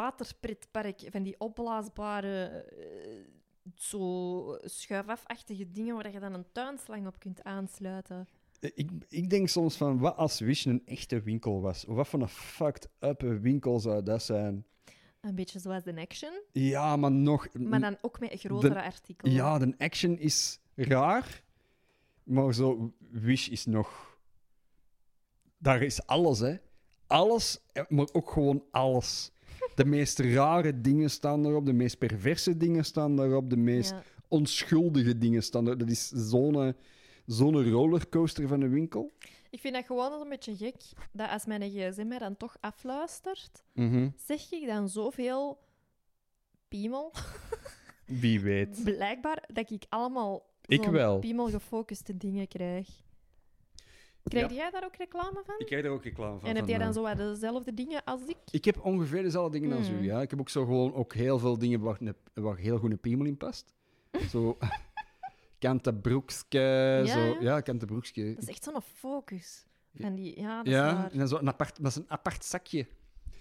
waterpretpark van die opblaasbare, eh, zo schuifafachtige dingen waar je dan een tuinslang op kunt aansluiten. Ik, ik denk soms van, wat als Wish een echte winkel was? Wat voor een fucked up winkel zou dat zijn? Een beetje zoals de Action, Ja, maar nog... maar dan ook met grotere de- artikelen. Ja, de action is raar, maar zo Wish is nog... Daar is alles, hè. Alles, eh, maar ook gewoon alles. De meest rare dingen staan erop, de meest perverse dingen staan daarop, de meest Ja. onschuldige dingen staan erop. Dat is zo'n eh, zo'n rollercoaster van een winkel. Ik vind dat gewoon een beetje gek, dat als mijn gsm mij dan toch afluistert, Mhm. zeg ik dan zoveel piemel, Wie weet. blijkbaar, dat ik allemaal Ik zo'n wel. piemel gefocuste dingen krijg. Krijg Ja. jij daar ook reclame van? Ik krijg er ook reclame en van. heb van, jij dan eh, zo wat dezelfde dingen als ik? Ik heb ongeveer dezelfde dingen als Hmm. u, ja. Ik heb ook zo gewoon ook heel veel dingen waar, ne- waar heel goed een piemel in past. Zo... Kante broekske, Ja, zo... ja. Ja, kante broekske. Dat is echt zo'n focus. Van die, ja, dat is ja, waar. en dan zo een apart, dat is een apart zakje.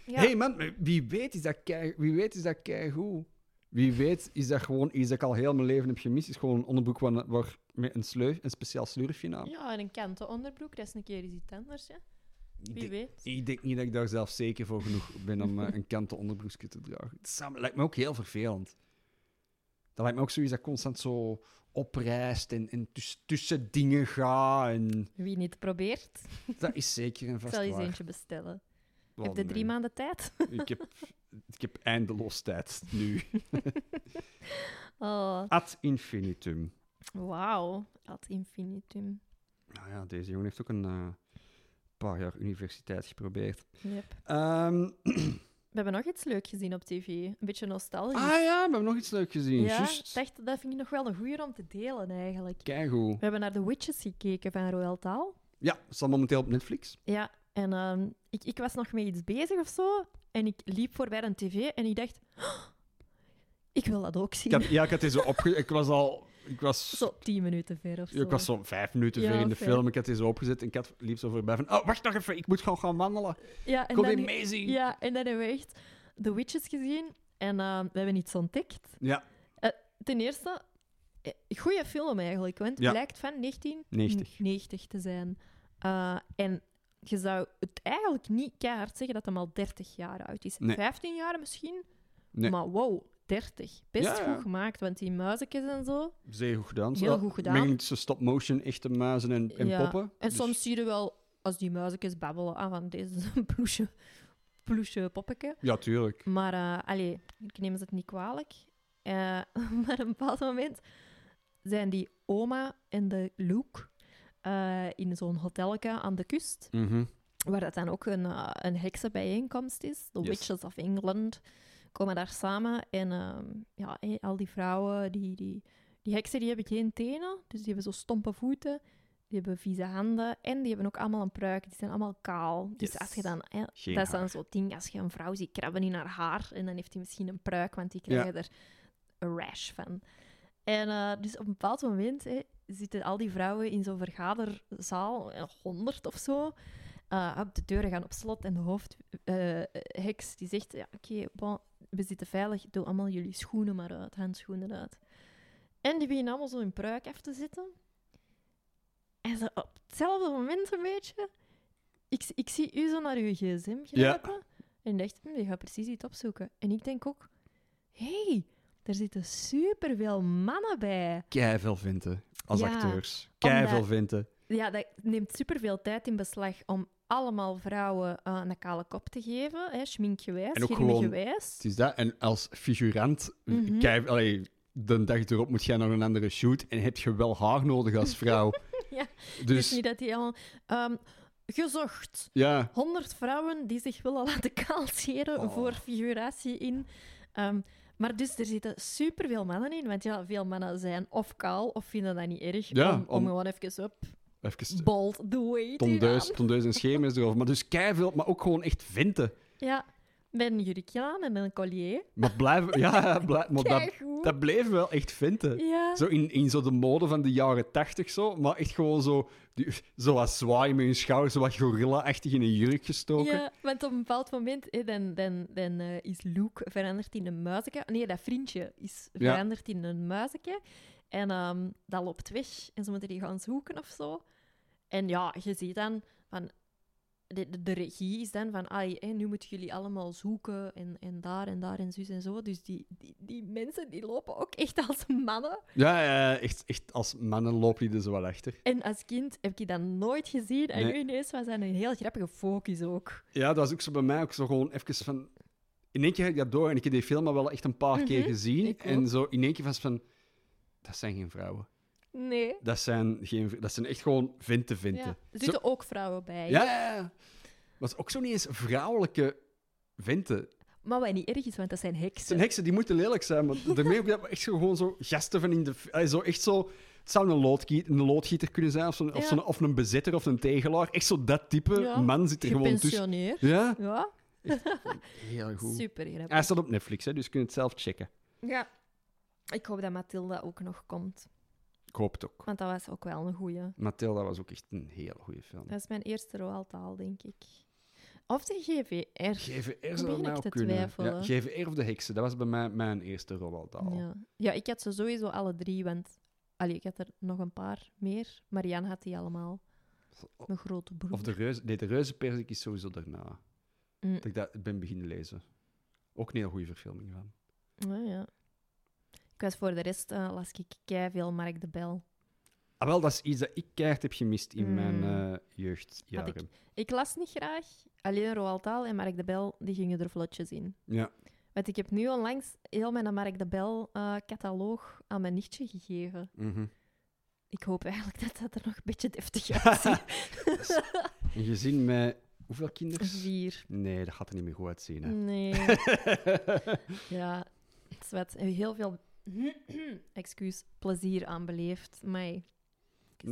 Ja, hey man, wie weet is dat kei, wie weet is dat keigoed. Wie weet is dat gewoon iets dat ik al heel mijn leven heb gemist. is gewoon een onderbroek waar, waar- met een slurf, een speciaal slurfje aan. ja, en een kanten onderbroek, dat is een keer iets anders. Hè? Ik Wie denk- weet. Ik denk niet dat ik daar zelf zeker voor genoeg ben om eh, een kanten onderbroekje te dragen. Het samen- lijkt me ook heel vervelend. Dat lijkt me ook zoiets dat constant zo oprijst en, en tuss- tussen dingen gaat. En Wie niet probeert, dat is zeker en ik vast zal eens waar. eentje bestellen. Wel, heb je nee. drie maanden tijd? Ik heb, ik heb eindeloos tijd nu. Oh, Ad infinitum. wauw. Ad infinitum. Nou ja, deze jongen heeft ook een eh, paar jaar universiteit geprobeerd. Yep. Ehm, We hebben nog iets leuk gezien op tv. Een beetje nostalgisch. ah ja, we hebben nog iets leuk gezien. ja, Juist. dacht, dat vind ik nog wel een goeie om te delen eigenlijk. Keigoed. We hebben naar The Witches gekeken van Royal Taal. Ja, staat momenteel op Netflix. Ja, en ehm, ik, ik was nog met iets bezig of zo. En ik liep voorbij een tv en ik dacht... "Oh, ik wil dat ook zien. Ik had, ja, ik had die zo opge... Ik was al... Ik was... Zo tien minuten ver of zo. Ik was zo'n vijf minuten Ja, ver in de fair. film. Ik had die zo opgezet en ik had liep zo voorbij van... Oh, wacht nog even. Ik moet gewoon gaan wandelen. ja, en Ik wil dan, die meezien. Ja. ja, en dan hebben we echt The Witches gezien. En ehm, we hebben iets ontdekt. Ten eerste, goede film eigenlijk. Want het Ja. lijkt van 1990 90. te zijn. Eh, en je zou het eigenlijk niet keihard zeggen dat hem al 30 jaar oud is. Nee. 15 jaar misschien. Nee. Maar wow, 30. Best Ja, ja. goed gemaakt, want die muizetjes en zo. Zeer goed gedaan. Heel Zo, goed gedaan. Mengt ze stop-motion echte muizen en, en Ja. poppen. En Dus- soms zie je wel, als die muizetjes babbelen, aan van deze is een ploesje, ploesje poppetje. Ja, tuurlijk. Maar eh allee, ik neem ze het niet kwalijk. Eh, maar op een bepaald moment zijn die oma en de Luke eh, in zo'n hotelke aan de kust, Mhm. waar dat dan ook een, eh, een heksenbijeenkomst is. De Yes. Witches of England komen daar samen. En ehm, ja, eh, al die vrouwen, die, die, die heksen, die hebben geen tenen, dus die hebben zo stompe voeten. die hebben vieze handen en die hebben ook allemaal een pruik. Die zijn allemaal kaal. Dus Yes. als je dan, hè, Geen dat is haar. dan zo'n ding, als je een vrouw ziet krabben in haar haar en dan heeft hij misschien een pruik, want die Ja. krijgen er een rash van. En eh, dus op een bepaald moment hè, zitten al die vrouwen in zo'n vergaderzaal, eh, honderd of zo. Eh, op de deuren gaan op slot en de hoofdheks die zegt: ja, Oké, bon, we zitten veilig, doe allemaal jullie schoenen maar uit, handschoenen uit. En die beginnen allemaal zo in pruik af te zitten. En zo op hetzelfde moment een beetje. Ik, ik zie u zo naar uw gsm grijpen. En ik dacht, hm, die gaat precies iets opzoeken. En ik denk ook, hé, hey, daar zitten superveel mannen bij. Keiveel vinten als Ja, acteurs. Keiveel omdat- vinten. Ja, dat neemt superveel tijd in beslag om allemaal vrouwen eh, een kale kop te geven. Hè, schminkgewijs, En ook grimmegewijs. Het is dat. En als figurant, Mhm. kei- allee, de dag erop moet jij naar een andere shoot en heb je wel haar nodig als vrouw. Ja, Het is Dus niet dat die allemaal... ehm, gezocht. ja, 100 vrouwen die zich willen laten kaalscheren Oh. voor figuratie in. Ehm, maar dus er zitten superveel mannen in, want ja, veel mannen zijn of kaal of vinden dat niet erg. Ja, om, om om- gewoon even op even bold the way te tondeus, gaan. tondeus en schemer is erover. Maar dus keiveel, maar ook gewoon echt vinten. Ja, met een jurkje aan en een collier. Maar blijven, ja, blij- maar dat, Keigoed. dat bleef wel echt vinten. Ja. Zo in, in zo de mode van de jaren tachtig zo, maar echt gewoon zo, die, zo wat zwaai met hun schouder, zo wat gorilla-achtig in een jurk gestoken. Ja, want op een bepaald moment hè, dan, dan, dan, eh, is Luke veranderd in een muizeke. Nee, dat vriendje is Ja. veranderd in een muizeke. En ehm, dat loopt weg. En ze moeten die gaan zoeken of zo. En ja, je ziet dan van... De, de, de regie is dan van, ai, hè, nu moeten jullie allemaal zoeken en, en daar en daar en zus en zo. Dus die, die, die mensen die lopen ook echt als mannen. Ja, ja, echt, echt als mannen loop je er zo wel achter. En als kind heb ik dat nooit gezien. En Nee. nu ineens was dat een heel grappige focus ook. Ja, dat was ook zo bij mij, ook zo gewoon even van... In één keer had ik dat door en ik heb die film al wel echt een paar keer Mhm, gezien. ik En ook. zo in één keer was van, dat zijn geen vrouwen. Nee. Dat zijn, geen, vr- dat zijn echt gewoon vinten, vinten. Ja, er Zo- zitten ook vrouwen bij. Ja, ja, ja. Maar het is ook zo niet eens vrouwelijke venten. Maar wat niet erg is, want dat zijn Het heksen. zijn heksen, die moeten lelijk zijn. Maar daarmee heb je echt zo, gewoon zo gasten van in de... eh, Zo, echt zo... Het zou een, loodgiet, een loodgieter kunnen zijn, of, zo'n- of, Ja. zo'n- of een bezitter of een tegelaar. Echt zo dat type Ja. man zit er gewoon tussen. Gepensioneerd. Ja, Ja, heel goed. super grappig. Hij staat op Netflix, hè, dus je kunt het zelf checken. Ja. Ik hoop dat Mathilda ook nog komt. Ik hoop het ook. Want dat was ook wel een goeie. Mathilda was ook echt een hele goede film. Dat is mijn eerste Roald-taal, denk ik. Of de GVR. GVR begin zou bij mij ik ook te kunnen. Ja, twijfelen. GVR of de Heksen, dat was bij mij mijn eerste Roald Dahl. Ja. ja, ik had ze sowieso alle drie, want... Allee, ik had er nog een paar meer. Marian had die allemaal. Mijn grote broer. Of de reuze, nee, de reuzenperzik is sowieso daarna. Mm. Dat ik dat ben beginnen lezen. Ook een heel goede verfilming van. Ja, ja. Ik was voor de rest, eh, las ik veel Mark de Bel. Ah, wel, dat is iets dat ik keihard heb gemist in Mm. mijn eh, jeugdjaren. Ik las niet graag. Alleen Roald Dahl en Mark de Bel die gingen er vlotjes in. Ja. Want ik heb nu onlangs heel mijn Mark de Bel-cataloog aan mijn nichtje gegeven. Mhm. Ik hoop eigenlijk dat dat er nog een beetje deftig uitziet. Een gezin met hoeveel kinderen? Vier. Nee, dat gaat er niet meer goed uitzien. Hè. Nee. Mm. ja, het is wat heel veel excuus, plezier aan beleefd. Maar het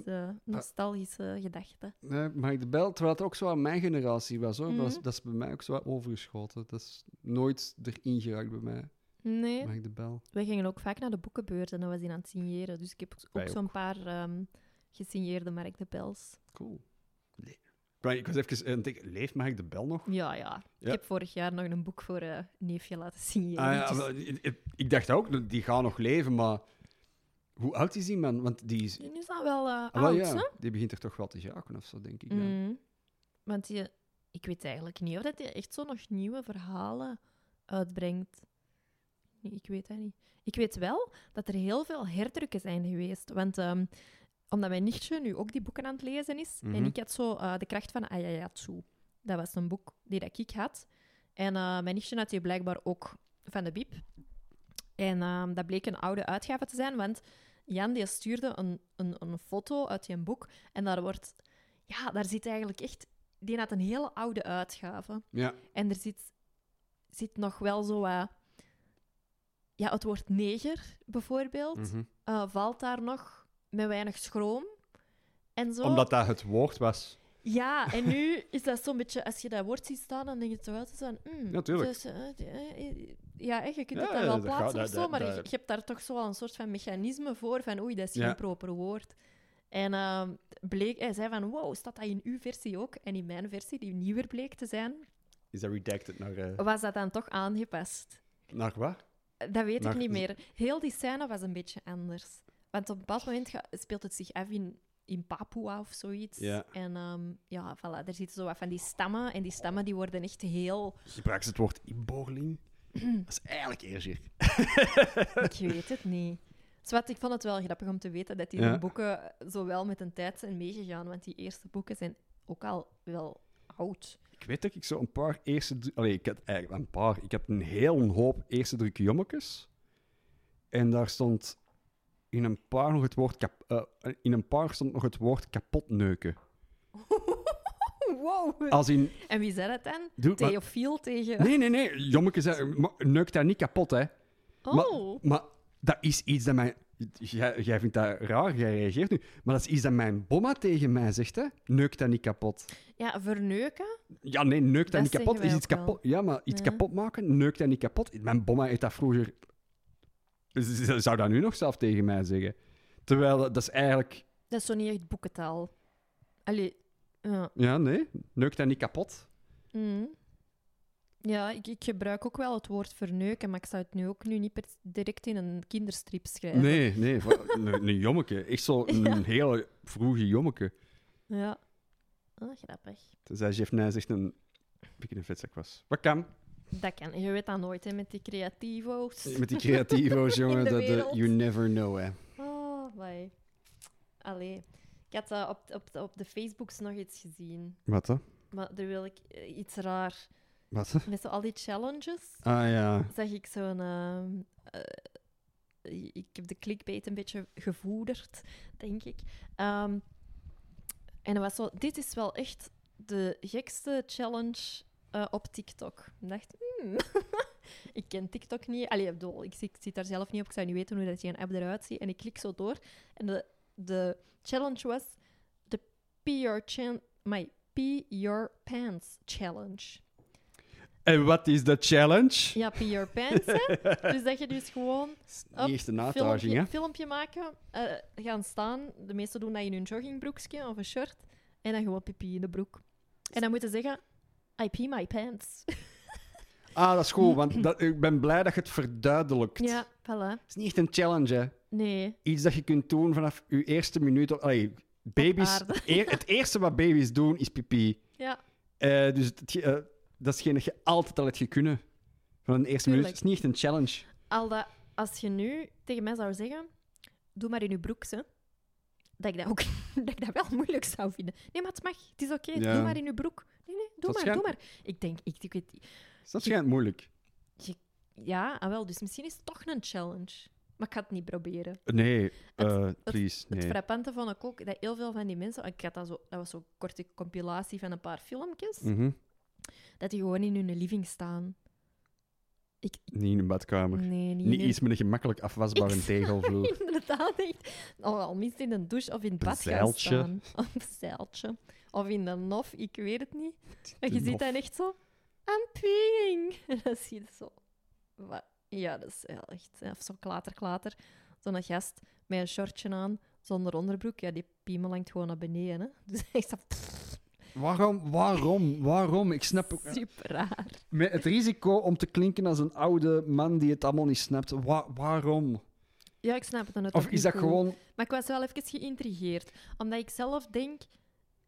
is Ah. een nostalgische gedachte. Nee, maar ik de bel, terwijl het ook zo aan mijn generatie was hoor. maar dat, is, Mhm. dat is bij mij ook zo wat overgeschoten. Dat is nooit erin geraakt bij mij. Nee. Maar ik de bel. Wij gingen ook vaak naar de boekenbeurt en dan was hij aan het signeren. Dus ik heb ook, Wij ook. zo'n paar ehm, gesigneerde Mark de Bels. Cool. Nee. Brian, ik was even eh, aan het denken, leeft Mike de bel nog? Ja, ja. Ja. Ik heb vorig jaar nog een boek voor eh neefje laten signeren. Ah, ja, dus- wel, ik, ik- ik dacht ook, die gaan nog leven, maar hoe oud is die man? Want die is. Die is al wel eh Ah, wel, oud, hè? ja, die begint er toch wel te jaken of zo, denk ik. ja. Mm. Want die, ik weet eigenlijk niet of dat hij echt zo nog nieuwe verhalen uitbrengt. Nee, ik weet dat niet. Ik weet wel dat er heel veel herdrukken zijn geweest. Want ehm, omdat mijn nichtje nu ook die boeken aan het lezen is. Mhm. En ik had zo eh, De Kracht van Ayayatsu. Dat was een boek die dat ik had. En eh, mijn nichtje had die blijkbaar ook van de Biep. En ehm, dat bleek een oude uitgave te zijn, want Jan die stuurde een, een, een foto uit die boek. En daar wordt ja, daar zit eigenlijk echt. Die had een hele oude uitgave. Ja. En er zit, zit nog wel zo wat. Ja, het woord neger bijvoorbeeld Mhm. eh, valt daar nog met weinig schroom. En zo... Omdat dat het woord was. Ja, en nu is dat zo'n beetje... Als je dat woord ziet staan, dan denk je toch wel zo van... mm, Ja, tuurlijk. dus, eh, eh, eh, ja, hè, je kunt Ja, het daar wel dat gaat- plaatsen dat- of zo, dat- maar dat- Je, je hebt daar toch zo al een soort van mechanisme voor van oei, dat is Ja. geen proper woord. En ehm, bleek, hij zei van wow, staat dat in uw versie ook? En in mijn versie, die nieuwer bleek te zijn, Is dat redacted naar, eh, was dat dan toch aangepast. naar wat? Dat weet Maar- ik niet meer. Heel die scène was een beetje anders. Want op een bepaald moment ga- speelt het zich af in, in Papua of zoiets. Ja. En ehm, ja, voilà, daar zitten zo wat van die stammen. En die stammen die worden echt heel... Gebruiken ze het woord inboorling? dat is eigenlijk eerzier. Ik weet het niet. Zwart, ik vond het wel grappig om te weten dat die Ja. boeken zo wel met een tijd zijn meegegaan. Want die eerste boeken zijn ook al wel oud. Ik weet dat ik zo een paar eerste... dru- Allee, ik had eigenlijk een paar. Ik heb een heel hoop eerste druk jommetjes. En daar stond in een paar nog het woord... Kap, eh, in een paar stond nog het woord kapotneuken. wow! Als in... En wie zei dat dan? Doe, maar- Theofiel tegen... nee, nee, nee. Jommeke zei... "Maar Neukt dat niet kapot, hè. Oh! Maar, maar dat is iets dat mijn... Jij, jij vindt dat raar, jij reageert nu. Maar dat is iets dat mijn bomma tegen mij zegt, hè. Neukt dat niet kapot. Ja, verneuken? Ja, nee, neukt dat, Dat niet kapot. zeggen Is wij iets ook wel. kapot. Ja, maar iets Ja. kapot maken, neukt dat niet kapot. Mijn bomma heeft dat vroeger... Z- z- Zou dat nu nog zelf tegen mij zeggen? Terwijl dat is eigenlijk... Dat is zo niet echt boekentaal. Allee, ja. Ja, nee. Neukt dat niet kapot. Mhm. Ja, ik, ik gebruik ook wel het woord verneuken, maar ik zou het nu ook nu niet per, direct in een kinderstrip schrijven. Nee, nee. va- Een, een jommeke. Echt zo een hele vroege jommeke. Ja. Ah, grappig. Tenzij Jeff Nijs echt een... Beetje een vetzak was. Wat kan? Dat kan. Je weet dat nooit, hè, met die creatievo's. Met die creativo's, jongen, In de dat eh, wereld. you never know, hè. Oh, wai. Allee. Ik had eh, op, op, op de Facebooks nog iets gezien. Wat, hè? Maar daar wil ik eh, iets raar. Wat, hè? Met zo al die challenges. Ah, ja. zag ik zo'n. ehm, eh, ik heb de clickbait een beetje gevoederd, denk ik. Ehm, en dat was zo. Dit is wel echt de gekste challenge eh, op TikTok. Ik dacht, hmm. ik ken TikTok niet. Allee, ik bedoel, ik, zie- ik zit daar zelf niet op. Ik zou niet weten hoe dat die een app eruit ziet. En ik klik zo door. En de, de challenge was de Pee Your, chan- my, pee your Pants Challenge. En wat is de challenge? Ja, pee your pants, hè. Dus dat je dus gewoon Die eerste Oh, natarging, hè? filmpje, filmpje maken, eh, gaan staan. De meesten doen dat in hun joggingbroekje of een shirt. En dan gewoon pipi in de broek. En dan moeten zeggen, I pee my pants. Ah, dat is goed, want dat, ik ben blij dat je het verduidelijkt. ja, voilà. Het is niet echt een challenge, hè. Nee. Iets dat je kunt doen vanaf je eerste minuut... op- Allee, baby's... aarde. eer- het eerste wat baby's doen, is pipi. Ja, Eh, dus het, ge- eh, dat is hetgeen dat je altijd al hebt gekund. Van de eerste minuut. Tuurlijk. Het is niet echt een challenge. al dat, als je nu tegen mij zou zeggen, doe maar in je broek, hè. Dat ik dat ook dat ik dat wel moeilijk zou vinden. Nee, maar het mag. Het is oké. Ja. Doe maar in je broek. Nee, nee, doe Dat maar, schijnt- doe maar. Ik denk, ik, ik weet... Dus dat schijnt moeilijk. Ja, ah wel, dus misschien is het toch een challenge. Maar ik ga het niet proberen. Nee, eh, please, Het nee. frappante vond ik ook dat heel veel van die mensen. Ik had dat, zo, dat was zo'n korte compilatie van een paar filmpjes. Mhm. Dat die gewoon in hun living staan. Ik, Niet in een badkamer. nee, niet, Niet meer. iets met een gemakkelijk afwasbare Ik- tegelvloer. Inderdaad, echt. Al, al minst in een douche of in het Een bad gaan zeiltje. staan. Of een zeiltje. Of in de nof, ik weet het niet. En je De ziet nof. dan echt zo... I'm peeing. En dan zie je zo... wa- Ja, dat is wel echt... Of zo klater, klater. Zo'n gast met een shortje aan, zonder onderbroek. Ja, die piemel hangt gewoon naar beneden. Hè. Dus hij is Waarom, waarom, waarom? Ik snap ook... super raar. Met het risico om te klinken als een oude man die het allemaal niet snapt. Wa- waarom? Ja, ik snap het dan ook Of is niet dat goed. gewoon... Maar ik was wel even geïntrigeerd. Omdat ik zelf denk...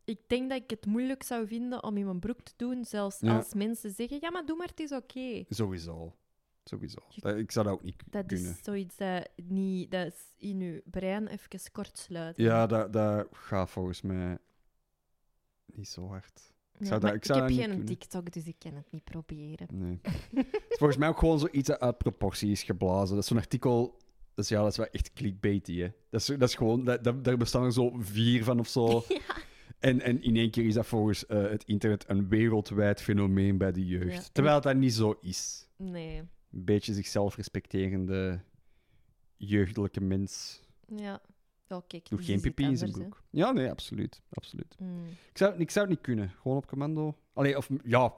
Ik denk dat ik het moeilijk zou vinden om in mijn broek te doen. Zelfs Ja. als mensen zeggen... Ja, maar doe maar, het is oké. Sowieso. Sowieso. Dat- Ik zou dat ook niet Dat kunnen. is zoiets dat, niet, dat is in je brein even kort sluit. Ja, dat, dat gaat volgens mij niet zo hard. Ja, zou dat- maar ik zou heb dat niet geen kunnen. TikTok, dus ik kan het niet proberen. Nee. Het is volgens mij ook gewoon zoiets dat uit proportie is geblazen. Dat is zo'n artikel... Dat is, ja, dat is wel echt clickbaity, hè. Dat is, dat is gewoon... Dat, dat- daar bestaan er zo vier van of zo. Ja. En, en in één keer is dat volgens eh, het internet een wereldwijd fenomeen bij de jeugd. Ja. Terwijl dat niet zo is. Nee. een beetje zichzelf respecterende jeugdelijke mens. Ja. Ja, kijk. Doe dit geen is iets pipi in zijn anders, hè. broek. Ja, nee, absoluut. absoluut. Mm. Ik, zou, ik zou het niet kunnen, gewoon op commando. Allee, of ja,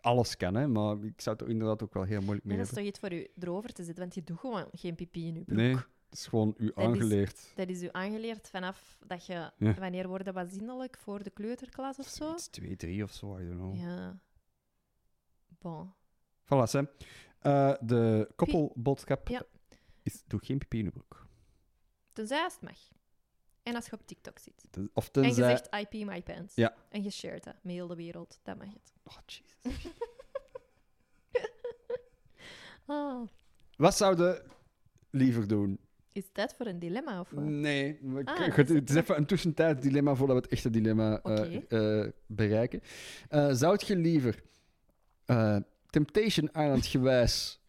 alles kan, hè, maar ik zou het er inderdaad ook wel heel moeilijk mee Nee, dat is hebben. toch iets voor u erover te zitten, want je doet gewoon geen pipi in je broek. Nee, het is gewoon u is- aangeleerd. Dat is u aangeleerd vanaf dat je... Ja. Wanneer worden we zinnelijk? Voor de kleuterklas of zo? Iets twee, drie of zo, I don't know. Ja. Bon. Voilà, Sam. Eh, de koppelboodschap Ja. is doe geen pipi in je broek. Tenzij als het mag. En als je op TikTok zit. Ten- Of En je tenzij... zegt I pee my pants. Ja. En je shared dat met heel de wereld. Dat mag het. Oh, jezus. Ah, Wat zouden liever doen? Is dat voor een dilemma of wat? Nee, we- Ah, ik- dat het, is het is even een tussentijds dilemma voordat we het echte dilemma eh, eh, bereiken. Eh, zou je liever eh, Temptation Island gewijs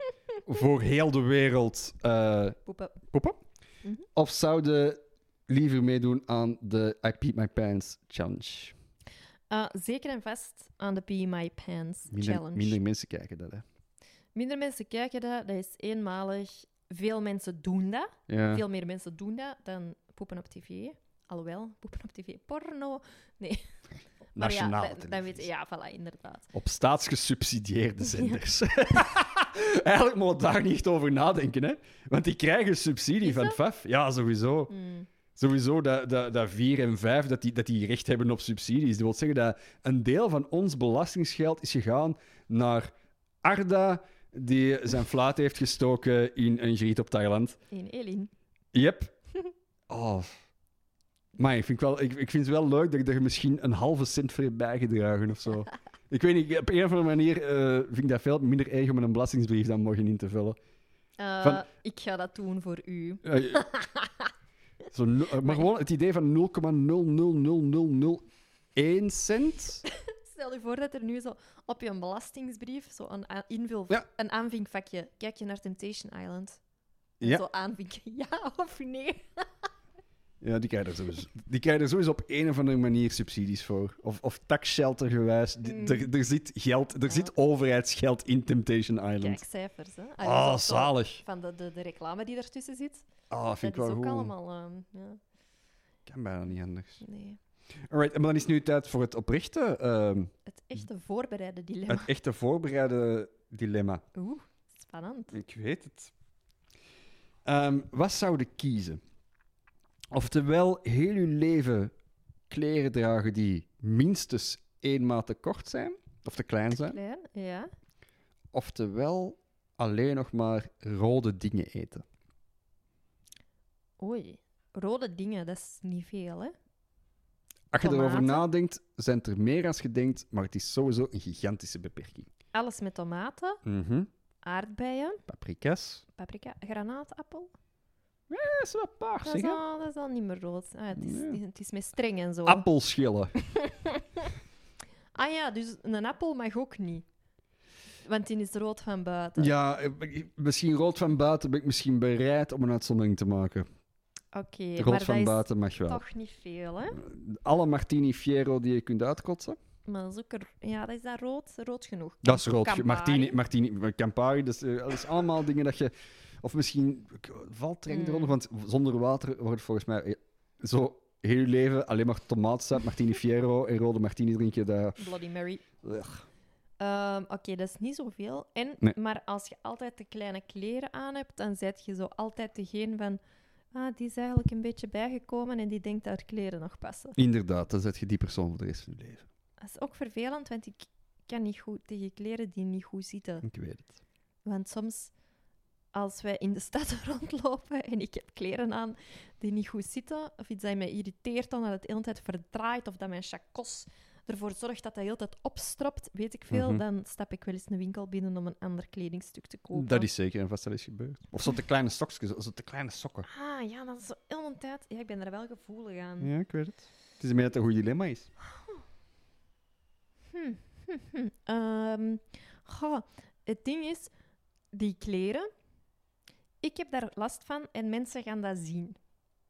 voor heel de wereld eh, Poepen. poepen? Mhm. Of zou je liever meedoen aan de I Peed My Pants Challenge? Ah, zeker en vast aan de Pee My Pants Minder, Challenge. minder mensen kijken dat, hè? Minder mensen kijken dat. Dat is eenmalig. Veel mensen doen dat. Ja. Veel meer mensen doen dat dan poepen op tv. Alhoewel, poepen op tv, porno. Maar ja, Nationale dan- dan, weet, televisie. Ja, voilà, inderdaad. Op staatsgesubsidieerde zenders. Eigenlijk moet daar niet over nadenken, hè? Want die krijgen subsidie Is van dat? FAF. Ja, sowieso. Mm. Sowieso dat, dat, dat 4 en 5 dat die, dat die recht hebben op subsidies. Dat wil zeggen dat een deel van ons belastingsgeld is gegaan naar Arda, die zijn fluit heeft gestoken in een griet op Thailand. In Elin. Yep. Oh. Maar ik vind, wel, ik, ik vind het wel leuk dat ik er misschien een halve cent voor heb bijgedragen of zo. Ik weet niet, op een of andere manier eh, vind ik dat veel minder erg om een belastingsbrief dan morgen in te vullen. Eh, Van- Ik ga dat doen voor u. Eh, zo nul- eh, maar gewoon het idee van 0,00001 cent. Stel je voor dat er nu zo op je belastingsbrief zo een a- invul, Ja. een aanvinkvakje. Kijk je naar Temptation Island? En Ja, Zo aanvinken, ja of nee? ja die, krijgen er sowieso, die krijgen er sowieso op een of andere manier subsidies voor. Of, of taxshelter gewijs. Die- Mm. Er, er zit geld, er zit overheidsgeld in Temptation Island. Kijk, cijfers. Hè? Ah, Ah, dus dat zo zalig. Van de, de, de reclame die ertussen zit. Ah, vind ik dat wel is ook goed. allemaal... ehm, ja, Kan bijna niet anders. nee. Alright, maar dan is nu tijd voor het oprechte, ehm, Het echte voorbereide dilemma. het echte voorbereide dilemma. Oeh, spannend. Ik weet het. Ehm, wat zouden kiezen? Oftewel, heel uw leven kleren dragen die minstens één maat te kort zijn, of te klein zijn. Klein, ja. Oftewel, alleen nog maar rode dingen eten. Oei. Rode dingen, dat is niet veel, hè? Als je erover Tomaten? nadenkt, zijn het er meer als je denkt, maar het is sowieso een gigantische beperking. Alles met tomaten, Mhm. aardbeien, Paprika's. paprika, granaatappel. Dat is wel paars, Dat is, al, dat is al niet meer rood. Ah, het, is, Nee. het is met streng en zo. Appelschillen. Ah ja, dus een appel mag ook niet. Want die is rood van buiten. Ja, eh, ik- misschien rood van buiten ben ik misschien bereid om een uitzondering te maken. Oké, maar rood dat van is buiten mag wel. toch niet veel, hè? Alle Martini Fiero die je kunt uitkotsen. Maar zoeker, ja, dat is dat rood, rood genoeg. Dat is rood. Campari. Martini, Martini, Campari. Dat is, eh, dat is allemaal dingen dat je... Of misschien valtreng Mm. eronder, want zonder water wordt het volgens mij eh, zo heel je leven alleen maar tomaatsap, Martini Fiero en rode Martini drink je daar. Bloody Mary. Ugh. Ehm, Oké, dat is niet zoveel. En, Nee. Maar als je altijd de kleine kleren aan hebt, dan zet je zo altijd degene van... Ah, die is eigenlijk een beetje bijgekomen en die denkt dat haar kleren nog passen. Inderdaad, dan zet je die persoon voor de rest van je leven. Dat is ook vervelend, want ik kan niet goed tegen kleren die niet goed zitten. Ik weet het. Want soms, als wij in de stad rondlopen en ik heb kleren aan die niet goed zitten, of iets dat mij irriteert, dan dat het de hele tijd verdraait, of dat mijn chacos ervoor zorgt dat dat de hele tijd opstropt, weet ik veel, Mhm. dan stap ik wel eens een winkel binnen om een ander kledingstuk te kopen. Dat is zeker en vast dat is gebeurd. Of zo te kleine stokjes, zo te kleine sokken. Ah, ja, dat is zo heel een tijd... Ja, ik ben er wel gevoelig aan. Ja, ik weet het. Het is meer dat het een goed dilemma is. Hm, hm, hm. Ehm, goh, het ding is, die kleren, ik heb daar last van en mensen gaan dat zien.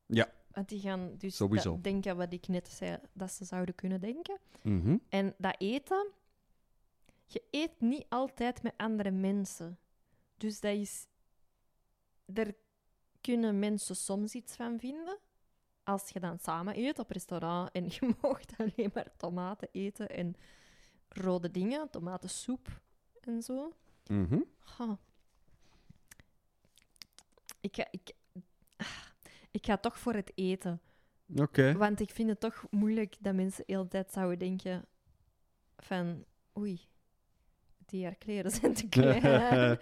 Ja. Want die gaan dus Sowieso. dat denken wat ik net zei, dat ze zouden kunnen denken. Mhm, En dat eten, je eet niet altijd met andere mensen. Dus dat is... Daar kunnen mensen soms iets van vinden. als je dan samen eet op restaurant en je mocht alleen maar tomaten eten en rode dingen, tomatensoep en zo. Mhm. Huh. Ik, ga- ik, ah, ik ga toch voor het eten. Oké. Want ik vind het toch moeilijk dat mensen heel de tijd zouden denken van oei, die haar kleren zijn te klein.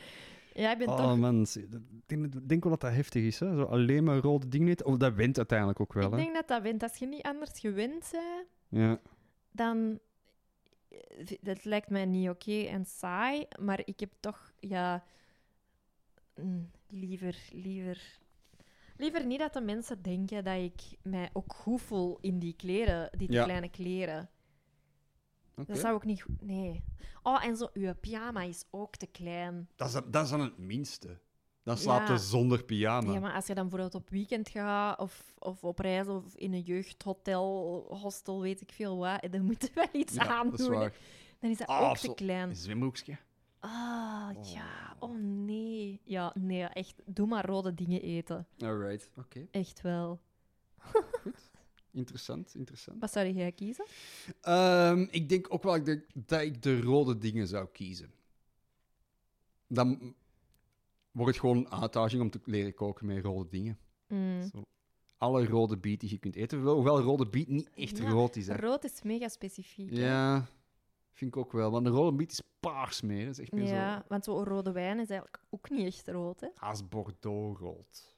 Jij bent Oh toch... man, zie- dat- ik denk, dat- ik denk wel dat dat heftig is. Hè? Zo alleen maar rode dingen eten. Oh, dat wint uiteindelijk ook wel. Ik Hè? denk dat dat wint. Als je niet anders gewend bent, Ja. dan... Dat lijkt mij niet oké en saai, maar ik heb toch, ja... mm, Liever, liever... Liever niet dat de mensen denken dat ik mij ook goed voel in die kleren, die te Ja. kleine kleren. Oké. Dat zou ik niet... goed- Nee. Oh, en zo, uw pyjama is ook te klein. Dat, is, dan- dat is dan het minste. Dan Ja. slaapt je zonder pyjama. Ja, maar als je dan bijvoorbeeld op weekend gaat, of, of op reis, of in een jeugdhotel, hostel, weet ik veel wat, en dan moeten we iets Ja, aan dat is doen. waar. Dan is dat Ah, ook te zo- klein. Een zwembroekje. Ah, ja. Oh, nee. Ja, nee, echt. Doe maar rode dingen eten. Alright. Oké. Echt wel. Interessant, interessant. Wat zou jij kiezen? Ehm, ik denk ook wel ik denk dat ik de rode dingen zou kiezen. Dan wordt het gewoon een uitdaging om te leren koken met rode dingen. Mm. Zo. Alle rode biet die je kunt eten, hoewel- hoewel rode biet niet echt Ja, rood is. Hè. Rood is mega specifiek. hè. Ja, vind ik ook wel. Want een rode biet is paars meer. hè. Dat is echt meer Ja, zo want zo'n rode wijn is eigenlijk ook niet echt rood, hè? haast bordeauxrood.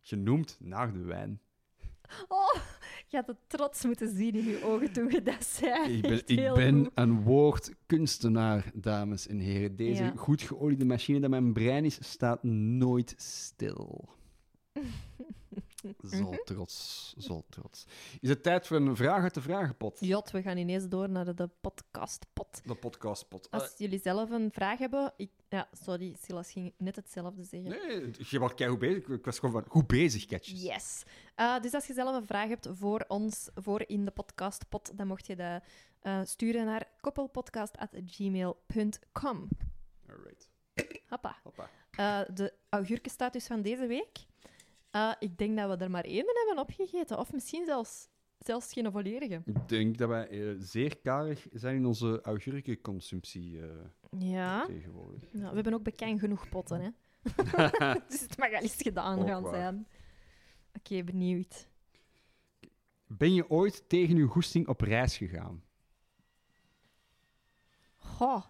Genoemd naar de wijn. Oh, je had het trots moeten zien in je ogen toen je dat zei. Ik ben, Echt ik heel ben goed. een woordkunstenaar, dames en heren. Deze Ja. goed geoliede machine dat mijn brein is, staat nooit stil. Zo trots, zo trots. Is het tijd voor een vraag uit de vragenpot? Jot, we gaan ineens door naar de podcastpot. De podcastpot. Ah, Als jullie zelf een vraag hebben... Ik... Ja, sorry, Silas ging net hetzelfde zeggen. Eh, nee, je was keigoed bezig. Ik was gewoon van, goed bezig, catjes. Yes. Eh, dus als je zelf een vraag hebt voor ons, voor in de podcastpot, dan mocht je dat eh, sturen naar koppelpodcast.gmail.com. Alright. Hoppa. Hoppa. Eh, de augurkenstatus van deze week. Eh, ik denk dat we er maar één hebben opgegeten. Of misschien zelfs, zelfs geen volledige. Ik denk dat wij eh, zeer karig zijn in onze augurkenconsumptie eh, Ja. tegenwoordig. Nou, we hebben ook bekend genoeg potten, hè. dus het mag al eens gedaan Ook gaan waar. zijn. Oké, benieuwd. Ben je ooit tegen uw goesting op reis gegaan? Goh.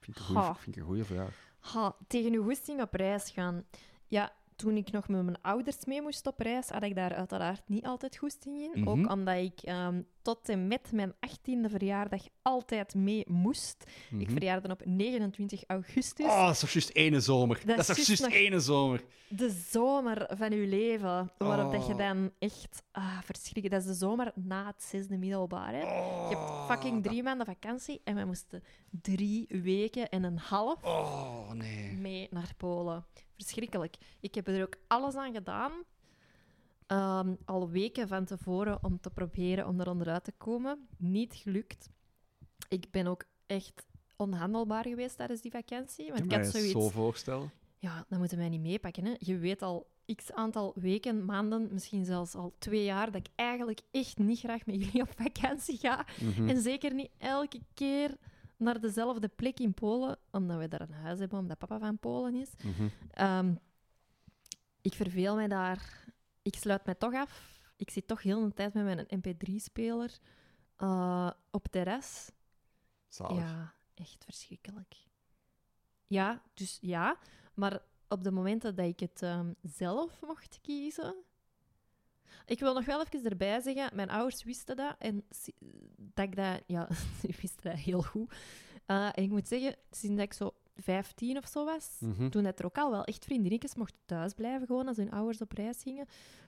Vind ik een goeie- Ha. vind ik een goede vraag. Ha, tegen uw goesting op reis gaan. Ja, toen ik nog met mijn ouders mee moest op reis, had ik daar uiteraard niet altijd goesting in. Mhm. Ook omdat ik ehm, tot en met mijn 18e verjaardag altijd mee moest. Ik verjaarde op 29 augustus. Mhm. Oh, dat is toch juist ene zomer. Dat, is toch juist juist nog- ene zomer. De zomer van uw leven, waarop dat je Oh. dan echt ah, verschrikken. Dat is de zomer na het zesde middelbaar. Hè. Oh, Je hebt fucking drie maanden vakantie en wij moesten drie weken en een half Oh, nee. mee naar Polen. Verschrikkelijk. Ik heb er ook alles aan gedaan, ehm, al weken van tevoren, om te proberen om er onderuit te komen. Niet gelukt. Ik ben ook echt onhandelbaar geweest tijdens die vakantie. Want ik had zoiets... zo voorstellen. Ja, dat moeten wij niet meepakken. Hè. Je weet al x aantal weken, maanden, misschien zelfs al twee jaar, dat ik eigenlijk echt niet graag met jullie op vakantie ga. Mhm. Hm. En zeker niet elke keer naar dezelfde plek in Polen, omdat we daar een huis hebben, omdat papa van Polen is. Mhm. Ehm, ik verveel mij daar. Ik sluit mij toch af. Ik zit toch heel de tijd met mijn mp3-speler eh, op terras. Zalig. Ja, echt verschrikkelijk. Ja, dus ja. Maar op de momenten dat ik het ehm, zelf mocht kiezen... Ik wil nog wel even erbij zeggen, mijn ouders wisten dat. En si- dat ik dat... Ja, ze wisten dat heel goed. Eh, en ik moet zeggen, sinds dat ik zo 15 of zo was, Mhm. toen dat er ook al wel echt vriendinnetjes mochten thuisblijven, gewoon als hun ouders op reis gingen.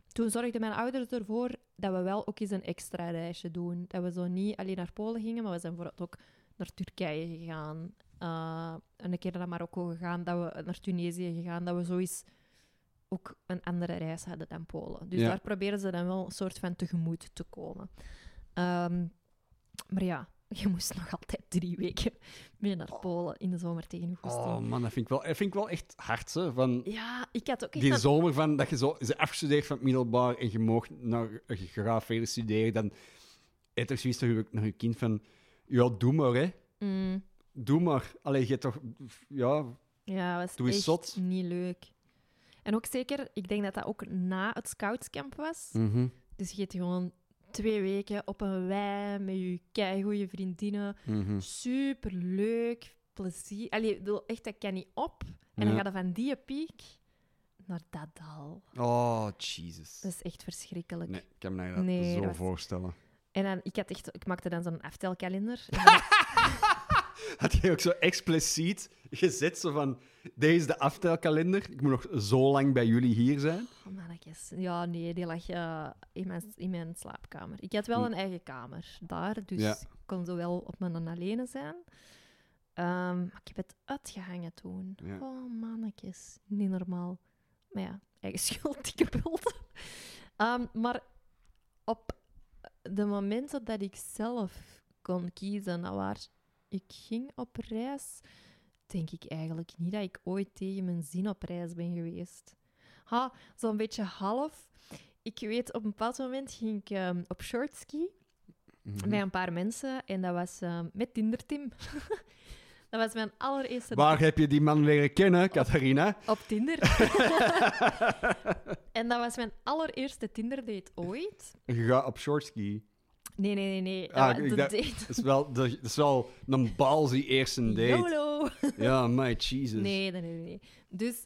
Toen zorgden mijn ouders ervoor dat we wel ook eens een extra reisje doen. Dat we zo niet alleen naar Polen gingen, maar we zijn bijvoorbeeld ook naar Turkije gegaan. eh, en een keer naar Marokko gegaan, dat we naar Tunesië gegaan, dat we zoiets ook een andere reis hadden dan Polen. Dus Ja. daar proberen ze dan wel een soort van tegemoet te komen. Ehm, maar ja, Je moest nog altijd drie weken mee naar Polen in de zomer tegen Augustus. Oh man, dat vind ik wel, dat vind ik wel echt hard. Hè, van Ja, ik had ook echt die dat- zomer van dat je zo is afgestudeerd van het middelbaar en je mag naar je gaat verder studeren, dan eet er zoiets naar je, naar je kind van ja, doe maar hè. Mm, Doe maar. Allee, je hebt toch... Ja, ja, was Doe eens echt zot. niet leuk. En ook zeker, ik denk dat dat ook na het scoutscamp was. Hm. Mhm, Dus je hebt gewoon twee weken op een wei met je keigoede vriendinnen. Hm. mhm. Super leuk, plezier. Allee, ik bedoel, echt, dat kan niet op. En dan Ja. gaat het van die piek naar dat dal. Oh, Jesus. Dat is echt verschrikkelijk. Nee, ik kan me dat Nee, zo dat was- voorstellen. En dan, ik, had echt, ik maakte dan zo'n aftelkalender. En Had je ook zo expliciet gezet, zo van... Deze is de aftelkalender. Ik moet nog zo lang bij jullie hier zijn. dan- oh, mannetjes. Ja, nee, die lag eh, in, mijn, in mijn slaapkamer. Ik had wel een eigen kamer daar, dus Ja. ik kon zowel op mijn en alleen zijn. Ehm, maar ik heb het uitgehangen toen. Ja. Oh, mannetjes. Niet normaal. Maar ja, eigen schuld, dikke bult. Ehm, maar op de momenten dat ik zelf kon kiezen naar waar ik ging op reis, denk ik eigenlijk niet dat ik ooit tegen mijn zin op reis ben geweest. Ha, zo'n beetje half. Ik weet, op een bepaald moment ging ik ehm, op shortski Mhm. bij een paar mensen en dat was ehm, met Tinder Tim. dat was mijn allereerste Waar heb je die man leren kennen, Catharina? op Tinder. en dat was mijn allereerste Tinder date ooit. Je gaat op shortski. Nee, nee, nee, nee. Dat Ah, wa- ik de dacht- date. Dat is wel, dat is wel een balzie eerste date. YOLO. Ja, my Jesus. Nee, nee, nee, nee. Dus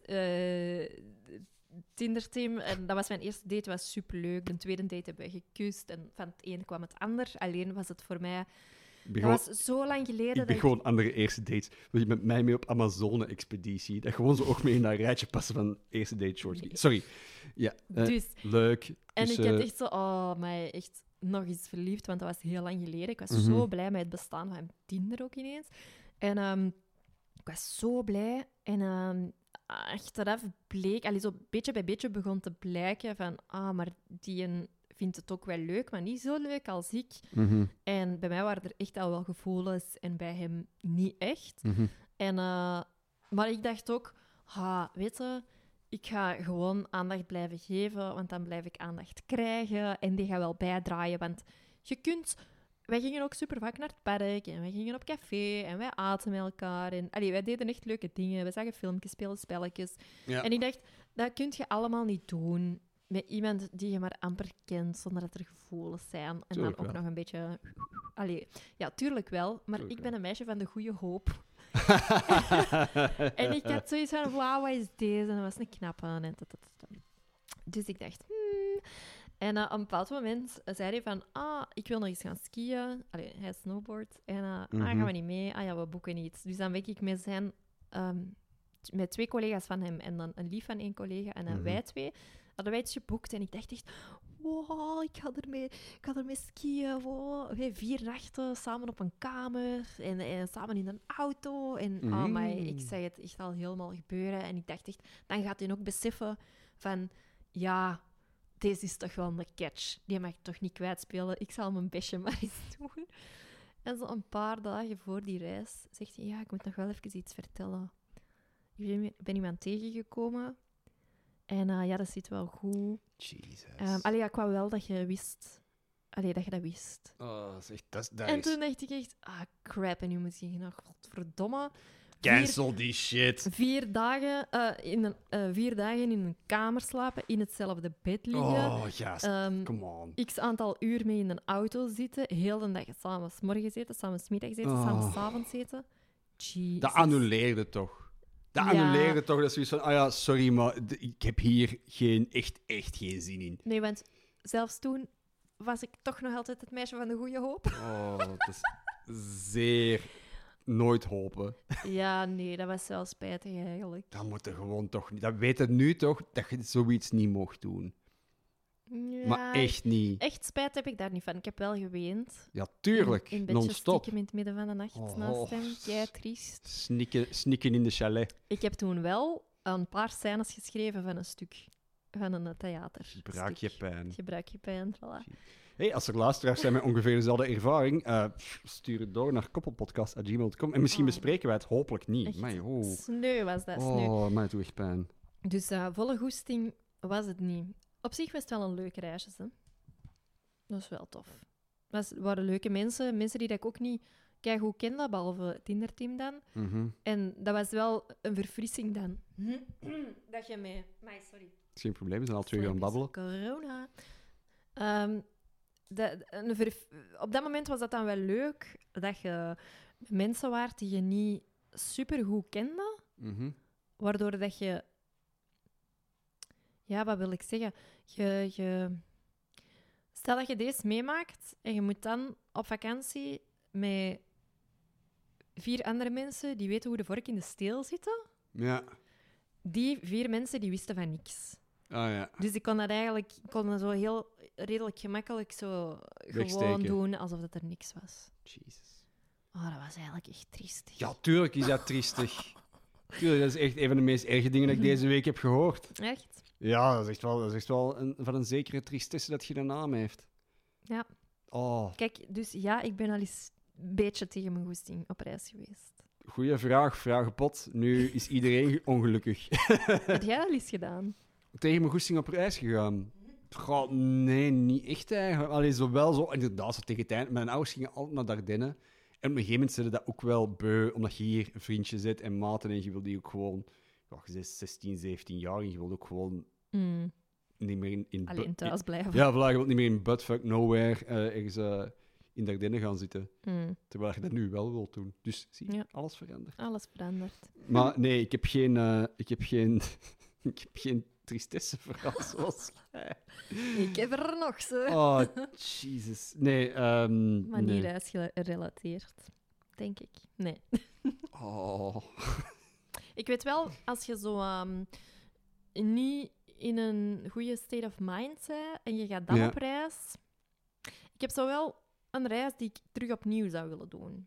Tinder Tim, en dat was mijn eerste date, was superleuk. De tweede date hebben we gekust en van het een kwam het ander. Alleen was het voor mij... Ik ben Dat gewoon- was zo lang geleden Ik dat ben ik- gewoon andere eerste dates. Wil je met mij mee op Amazone-expeditie? Dat gewoon zo ook mee in dat rijtje passen van eerste date shortski. Nee. Sorry. Ja, eh, Dus leuk. En Dus, ik had eh, echt zo, oh, mij echt nog eens verliefd, want dat was heel lang geleden. Ik was Mhm. zo blij met het bestaan van Tinder ook ineens. En ehm, ik was zo blij. En ehm, achteraf bleek, allee, zo beetje bij beetje begon te blijken van, ah, maar die een vindt het ook wel leuk, maar niet zo leuk als ik. mhm, En bij mij waren er echt al wel gevoelens en bij hem niet echt. mhm. En, eh, maar ik dacht ook, ha, weet je, ik ga gewoon aandacht blijven geven, want dan blijf ik aandacht krijgen en die gaat wel bijdraaien. Want je kunt, wij gingen ook super vaak naar het park en wij gingen op café en wij aten met elkaar. En, allee, wij deden echt leuke dingen, we zagen filmpjes, speelden spelletjes. Ja. En ik dacht, dat kun je allemaal niet doen. Met iemand die je maar amper kent, zonder dat er gevoelens zijn. En Tuurlijk dan ook wel. nog een beetje... Allee, ja, tuurlijk wel. Maar Tuurlijk ik ben een meisje van de goede hoop. En ik had zoiets van, wauw, wat is deze? En dat was een knappe. En dat, dat, dat. Dus ik dacht, hmm. En eh, op een bepaald moment zei hij van, ah, ik wil nog eens gaan skiën. Allee, hij snowboardt. En eh, ah, gaan Mhm. we niet mee? Ah ja, we boeken niet. Dus dan ben ik met zijn, ehm, t- met twee collega's van hem en dan een lief van één collega en dan Mhm. wij twee, hadden wij iets geboekt. En ik dacht echt, wow, ik ga ermee, ik ga ermee skiën. Wow. Wij vier nachten samen op een kamer en, en samen in een auto. En oh my, Mm. ik zag het echt al helemaal gebeuren. En ik dacht echt, dan gaat hij ook beseffen van, ja, deze is toch wel een catch. Die mag ik toch niet kwijtspelen. Ik zal mijn bestje maar eens doen. En zo een paar dagen voor die reis zegt hij, ja, ik moet nog wel even iets vertellen. Ik ben- ben iemand tegengekomen. En eh, ja, dat zit wel goed. Jesus. Ehm allee, ja, ik wou wel dat je wist. Allee, dat je dat wist. Oh, dat is echt- dat is- dat En is- toen dacht ik echt, ah crap, en nu moet je nog, godverdomme. Vier, Cancel die shit. vier, dagen, eh, in een, eh, vier dagen in een kamer slapen, in hetzelfde bed liggen. Oh, gast. Ehm, Come on. X aantal uur mee in een auto zitten, heel de dag samen 's morgens eten, samen 's middags eten, Oh. samen 's avonds eten. Jeez. Dat annuleerde toch? Dat Ja. annuleerde toch? Dat is zoiets van, ah ja, sorry, maar d- ik heb hier geen, echt, echt geen zin in. Nee, want zelfs toen was ik toch nog altijd het meisje van de goede hoop. Oh, dat is zeer nooit hopen. ja, nee, dat was wel spijtig eigenlijk. Dat moet er gewoon toch niet. Dat weet het nu toch, dat je zoiets niet mocht doen. Ja, maar echt niet. Echt spijt heb ik daar niet van. Ik heb wel geweend. Ja, tuurlijk. In, in bedje Non-stop. stiekem in het midden van de nacht Oh. naast hem. Kei triest. Snikken, snikken in de chalet. Ik heb toen wel een paar scènes geschreven van een stuk. Van een theater. Braak je pijn. Gebruik je pijn, voilà. Hey, als er luisteraars zijn met ongeveer dezelfde ervaring, eh, pff, stuur het door naar koppelpodcast.gmail.com. En misschien Oh. bespreken wij het hopelijk niet. Echt Maar oh. Sneu was dat, sneu. Oh, mij doet echt pijn. Dus eh, volle goesting was het niet. Op zich was het wel een leuke reisje. Hè? Dat is wel tof. Het waren leuke mensen. Mensen die dat ik ook niet keigoed kende, behalve het Tinder-team dan. Mhm. En dat was wel een verfrissing dan. dat je mee... Maar sorry. Het is geen probleem, we zijn al twee uur aan het babbelen. Corona. Ehm, de- een verf- op dat moment was dat dan wel leuk, dat je met mensen waart die je niet supergoed kende. Mhm. Waardoor dat je... Ja, wat wil ik zeggen? Je, je... Stel dat je deze meemaakt en je moet dan op vakantie met vier andere mensen die weten hoe de vork in de steel zitten. Ja. Die vier mensen die wisten van niks. Ah ja. Dus ik kon dat eigenlijk ik kon dat zo heel redelijk gemakkelijk zo gewoon Wegsteken. doen alsof dat er niks was. Jesus. Oh, dat was eigenlijk echt triestig. Ja, tuurlijk is dat triestig. Tuurlijk, dat is echt een van de meest erge dingen dat Mhm. ik deze week heb gehoord. Echt? Ja, dat is echt wel, dat is echt wel een, van een zekere tristesse dat je de naam heeft. Ja. Oh, Kijk, dus ja, ik ben al eens een beetje tegen mijn goesting op reis geweest. goede vraag, vragenpot. Nu is iedereen ongelukkig. Heb jij al eens gedaan? Tegen mijn goesting op reis gegaan. Goh, nee, niet echt eigenlijk. Allee, zowel zo, inderdaad, zo tegen het eind. Mijn ouders gingen altijd naar Dardenne. En op een gegeven moment zeiden dat ook wel beu, omdat je hier een vriendje zit en maten en je wil die ook gewoon... Ja, je bent 16, 17 jaar en je wilt ook gewoon niet meer in... in Mm, Alleen bu- in- thuis blijven. Ja, voilà, je wilt niet meer in buttfuck nowhere eh, ergens eh, in Dardenne gaan zitten. Mm. Terwijl je dat nu wel wilt doen. Dus zie, Ja. alles verandert. Alles veranderd. Maar nee, ik heb geen, eh, ik heb geen, ik heb geen tristesse verhaal zoals jij. Ik heb er nog ze. Oh, Jesus. Nee, ehm maar nee. niet reisgerelateerd, denk ik. Nee. Oh. Ik weet wel, als je zo ehm, niet in een goede state of mind bent en je gaat dan Ja. op reis. Ik heb zo wel een reis die ik terug opnieuw zou willen doen.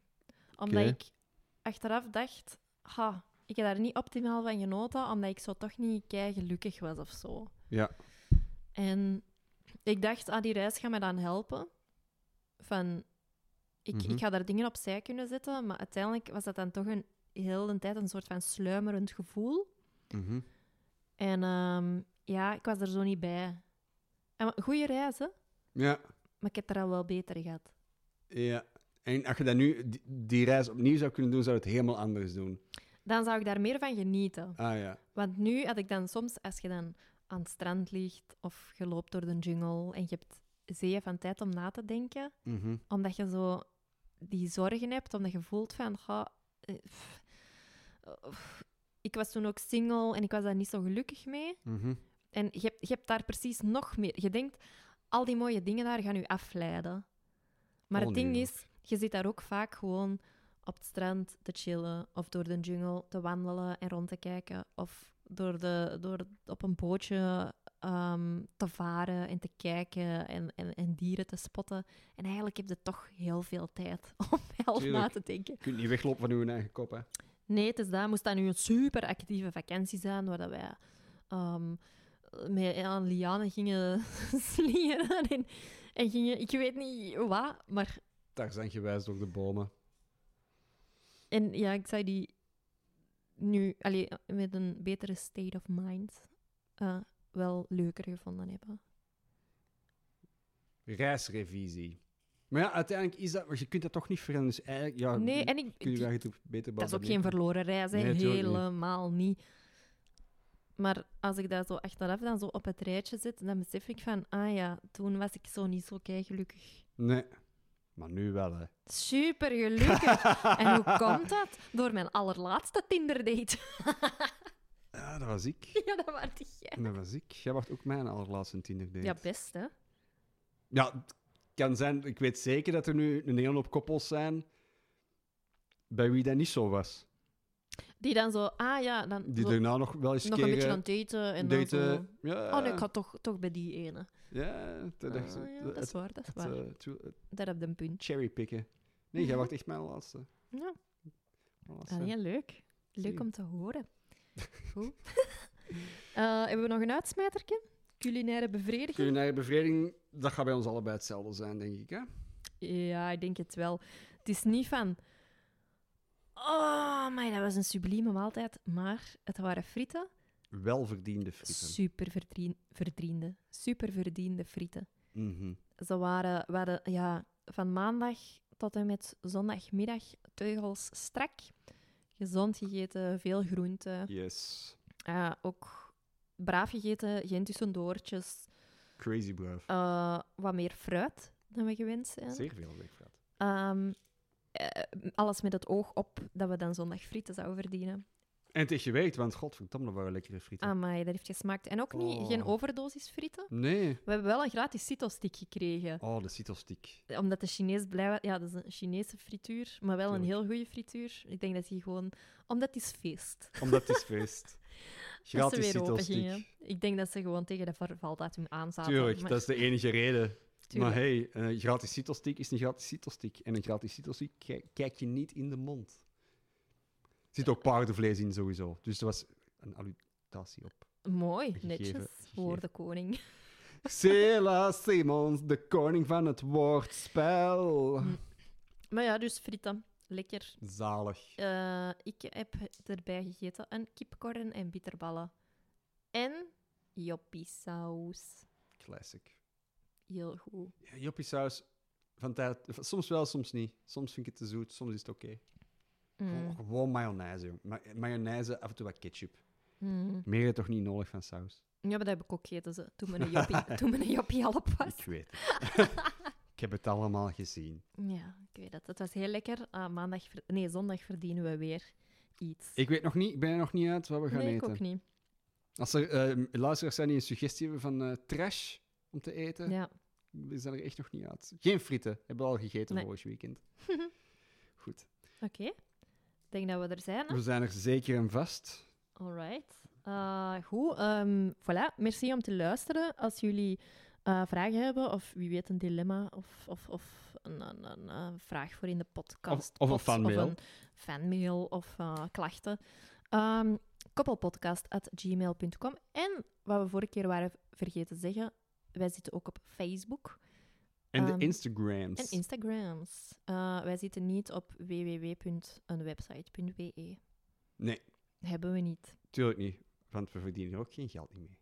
Omdat Oké. ik achteraf dacht, ha, ik heb daar niet optimaal van genoten, omdat ik zo toch niet kei gelukkig was of zo. Ja. En ik dacht, ah, die reis gaat me dan helpen. Van, ik, Mhm. ik ga daar dingen opzij kunnen zetten, maar uiteindelijk was dat dan toch een heel de tijd een soort van sluimerend gevoel. Mhm. En ehm, ja, ik was er zo niet bij. En wa- goeie reis, hè? Ja, Maar ik heb er al wel beter gehad. ja. En als je dat nu, die, die reis opnieuw zou kunnen doen, zou je het helemaal anders doen. Dan zou ik daar meer van genieten. Ah ja. Want nu had ik dan soms, als je dan aan het strand ligt of je loopt door de jungle en je hebt zeeën van tijd om na te denken, Mhm. omdat je zo die zorgen hebt, omdat je voelt van, "Goh, eh, pff, oh, pff." ik was toen ook single en ik was daar niet zo gelukkig mee. Mhm. En je hebt, je hebt daar precies nog meer. Je denkt, al die mooie dingen daar gaan je afleiden. Maar Oh, het nee, ding joh. is, je zit daar ook vaak gewoon op het strand te chillen of door de jungle te wandelen en rond te kijken of door de, door op een bootje ehm, te varen en te kijken en, en, en dieren te spotten. En eigenlijk heb je toch heel veel tijd om zelf na Tuurlijk. te denken. Je kunt niet weglopen van uw eigen kop, hè. Nee, het is dat. Moest dat nu een super actieve vakantie zijn, waar dat wij ehm, met aan lianen gingen slingeren en, en gingen, ik weet niet wat, maar Daar zijn gewijs door de bomen. en ja, ik zou die nu allee, met een betere state of mind eh, wel leuker gevonden hebben. Reisrevisie. Maar ja, uiteindelijk is dat... maar Je kunt dat toch niet veranderen. Dus eigenlijk, ja, nee, en ik, kun je die- daar iets op beter dat is ook babbelen. geen verloren reis, hè. Nee, tuurlijk niet. helemaal niet. Maar als ik dat zo achteraf dan zo op het rijtje zet, dan besef ik van, ah ja, toen was ik zo niet zo gelukkig. Nee. Maar nu wel, hè. Super gelukkig. en hoe komt dat? Door mijn allerlaatste Tinder-date. Ja, dat was ik. ja, dat was jij. Dat was ik. Jij wacht ook mijn allerlaatste Tinder date. Ja, best, hè? Ja, het kan zijn. Ik weet zeker dat er nu een hele hoop koppels zijn bij wie dat niet zo was. Die dan zo, ah ja, dan Die zo daarna nog wel eens nog een keren beetje aan het daten. En dan zo, daten. Ja, oh nee, ik had toch, toch bij die ene. ja, dat Ah, dacht ik. ja, dat is waar, dat is Het, waar. eh, het wil- het Daar heb je een puntje. cherrypicken. Nee, jij wacht echt mijn laatste. Ja. Mijn laatste. Ah, ja, leuk. Leuk Zie. om te horen. Goed. Eh, hebben we nog een uitsmijterke? Culinaire bevrediging? Culinaire bevrediging, dat gaat bij ons allebei hetzelfde zijn, denk ik. Hè? Ja, ik denk het wel. Het is niet van. Oh, maar dat was een sublieme maaltijd. Maar het waren frieten. Welverdiende frieten. Super verdien- verdiende. Super verdiende frieten. Mhm. Ze waren, we hadden, ja, van maandag tot en met zondagmiddag teugels strak. Gezond gegeten, veel groenten. Yes. Eh, ook braaf gegeten, geen tussendoortjes. Crazy braaf. Eh, wat meer fruit dan we gewend zijn. Zeer veel wegpraat. Ehm, eh, alles met het oog op dat we dan zondag frieten zouden verdienen. En het is gewerkt, want godverdomme, dat waren lekkere frieten. Amai, dat heeft gesmaakt. En ook niet, Oh. geen overdosis frieten. Nee. We hebben wel een gratis cito-stick gekregen. Oh, de citostiek. Omdat de Chinees blij was. Ja, dat is een Chinese frituur, maar wel een Tuurlijk. heel goede frituur. Ik denk dat die gewoon... Omdat het is feest. Omdat het is feest. dat ze Gratis weer open citostiek. gingen. Ik denk dat ze gewoon tegen de vervaldatum aanzaten. Tuurlijk, maar- dat is de enige reden. tuurlijk. Maar hey, een gratis citostiek is een gratis citostiek. En een gratis citostiek kijk, kijk je niet in de mond. Er zit ook paardenvlees in sowieso. Dus er was een alludatie op. Mooi, Gegeven, netjes. gegeven. Voor de koning. Cela Simons, de koning van het woordspel. Hm. Maar ja, dus frieten. Lekker. Zalig. Eh, ik heb erbij gegeten een kipkorren en bitterballen. En joppiesaus. Classic. Heel goed. Ja, joppie saus. Van tijd, soms wel, soms niet. Soms vind ik het te zoet, soms is het oké. Gewoon- Mm, Gewoon mayonaise. jong. Ma- mayonaise, af en toe wat ketchup. mm. Meer toch niet nodig van saus? Ja, maar dat heb ik ook gegeten ze, toen mijn joppie, toen mijn joppie al op was. Ik weet het. ik heb het allemaal gezien. Ja, ik weet het. Het was heel lekker. Ah, maandag ver- nee, zondag verdienen we weer iets. Ik weet nog niet, ik ben er nog niet uit wat we gaan nee, ik eten. ook niet. Als er eh, luisteraars zijn die een suggestie hebben van eh, trash om te eten, Ja. we zijn er echt nog niet uit. Geen frieten, hebben we al gegeten Nee. vorig weekend. Goed. Oké. Ik denk dat we er zijn. hè? We zijn er zeker en vast. Alright. Eh, goed. ehm, voilà. Merci om te luisteren. Als jullie eh, vragen hebben, of wie weet een dilemma, of, of, of een, een, een, eh, vraag voor in de podcast. Of- of een pot, fanmail. Of een fanmail of eh, klachten. Ehm koppelpodcast.gmail.com En wat we vorige keer waren vergeten te zeggen, wij zitten ook op Facebook En Ehm, de Instagrams. en Instagrams. Eh, wij zitten niet op www.eenwebsite.be. Nee. Hebben we niet. Tuurlijk niet, want we verdienen er ook geen geld niet mee.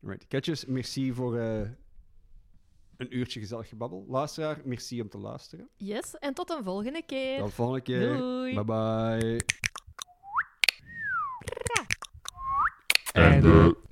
Right. Catches, merci voor eh, een uurtje gezellig gebabbel. Luisteraar, merci om te luisteren. Yes, en tot een volgende keer. Tot de volgende keer. Doei. Bye bye. And the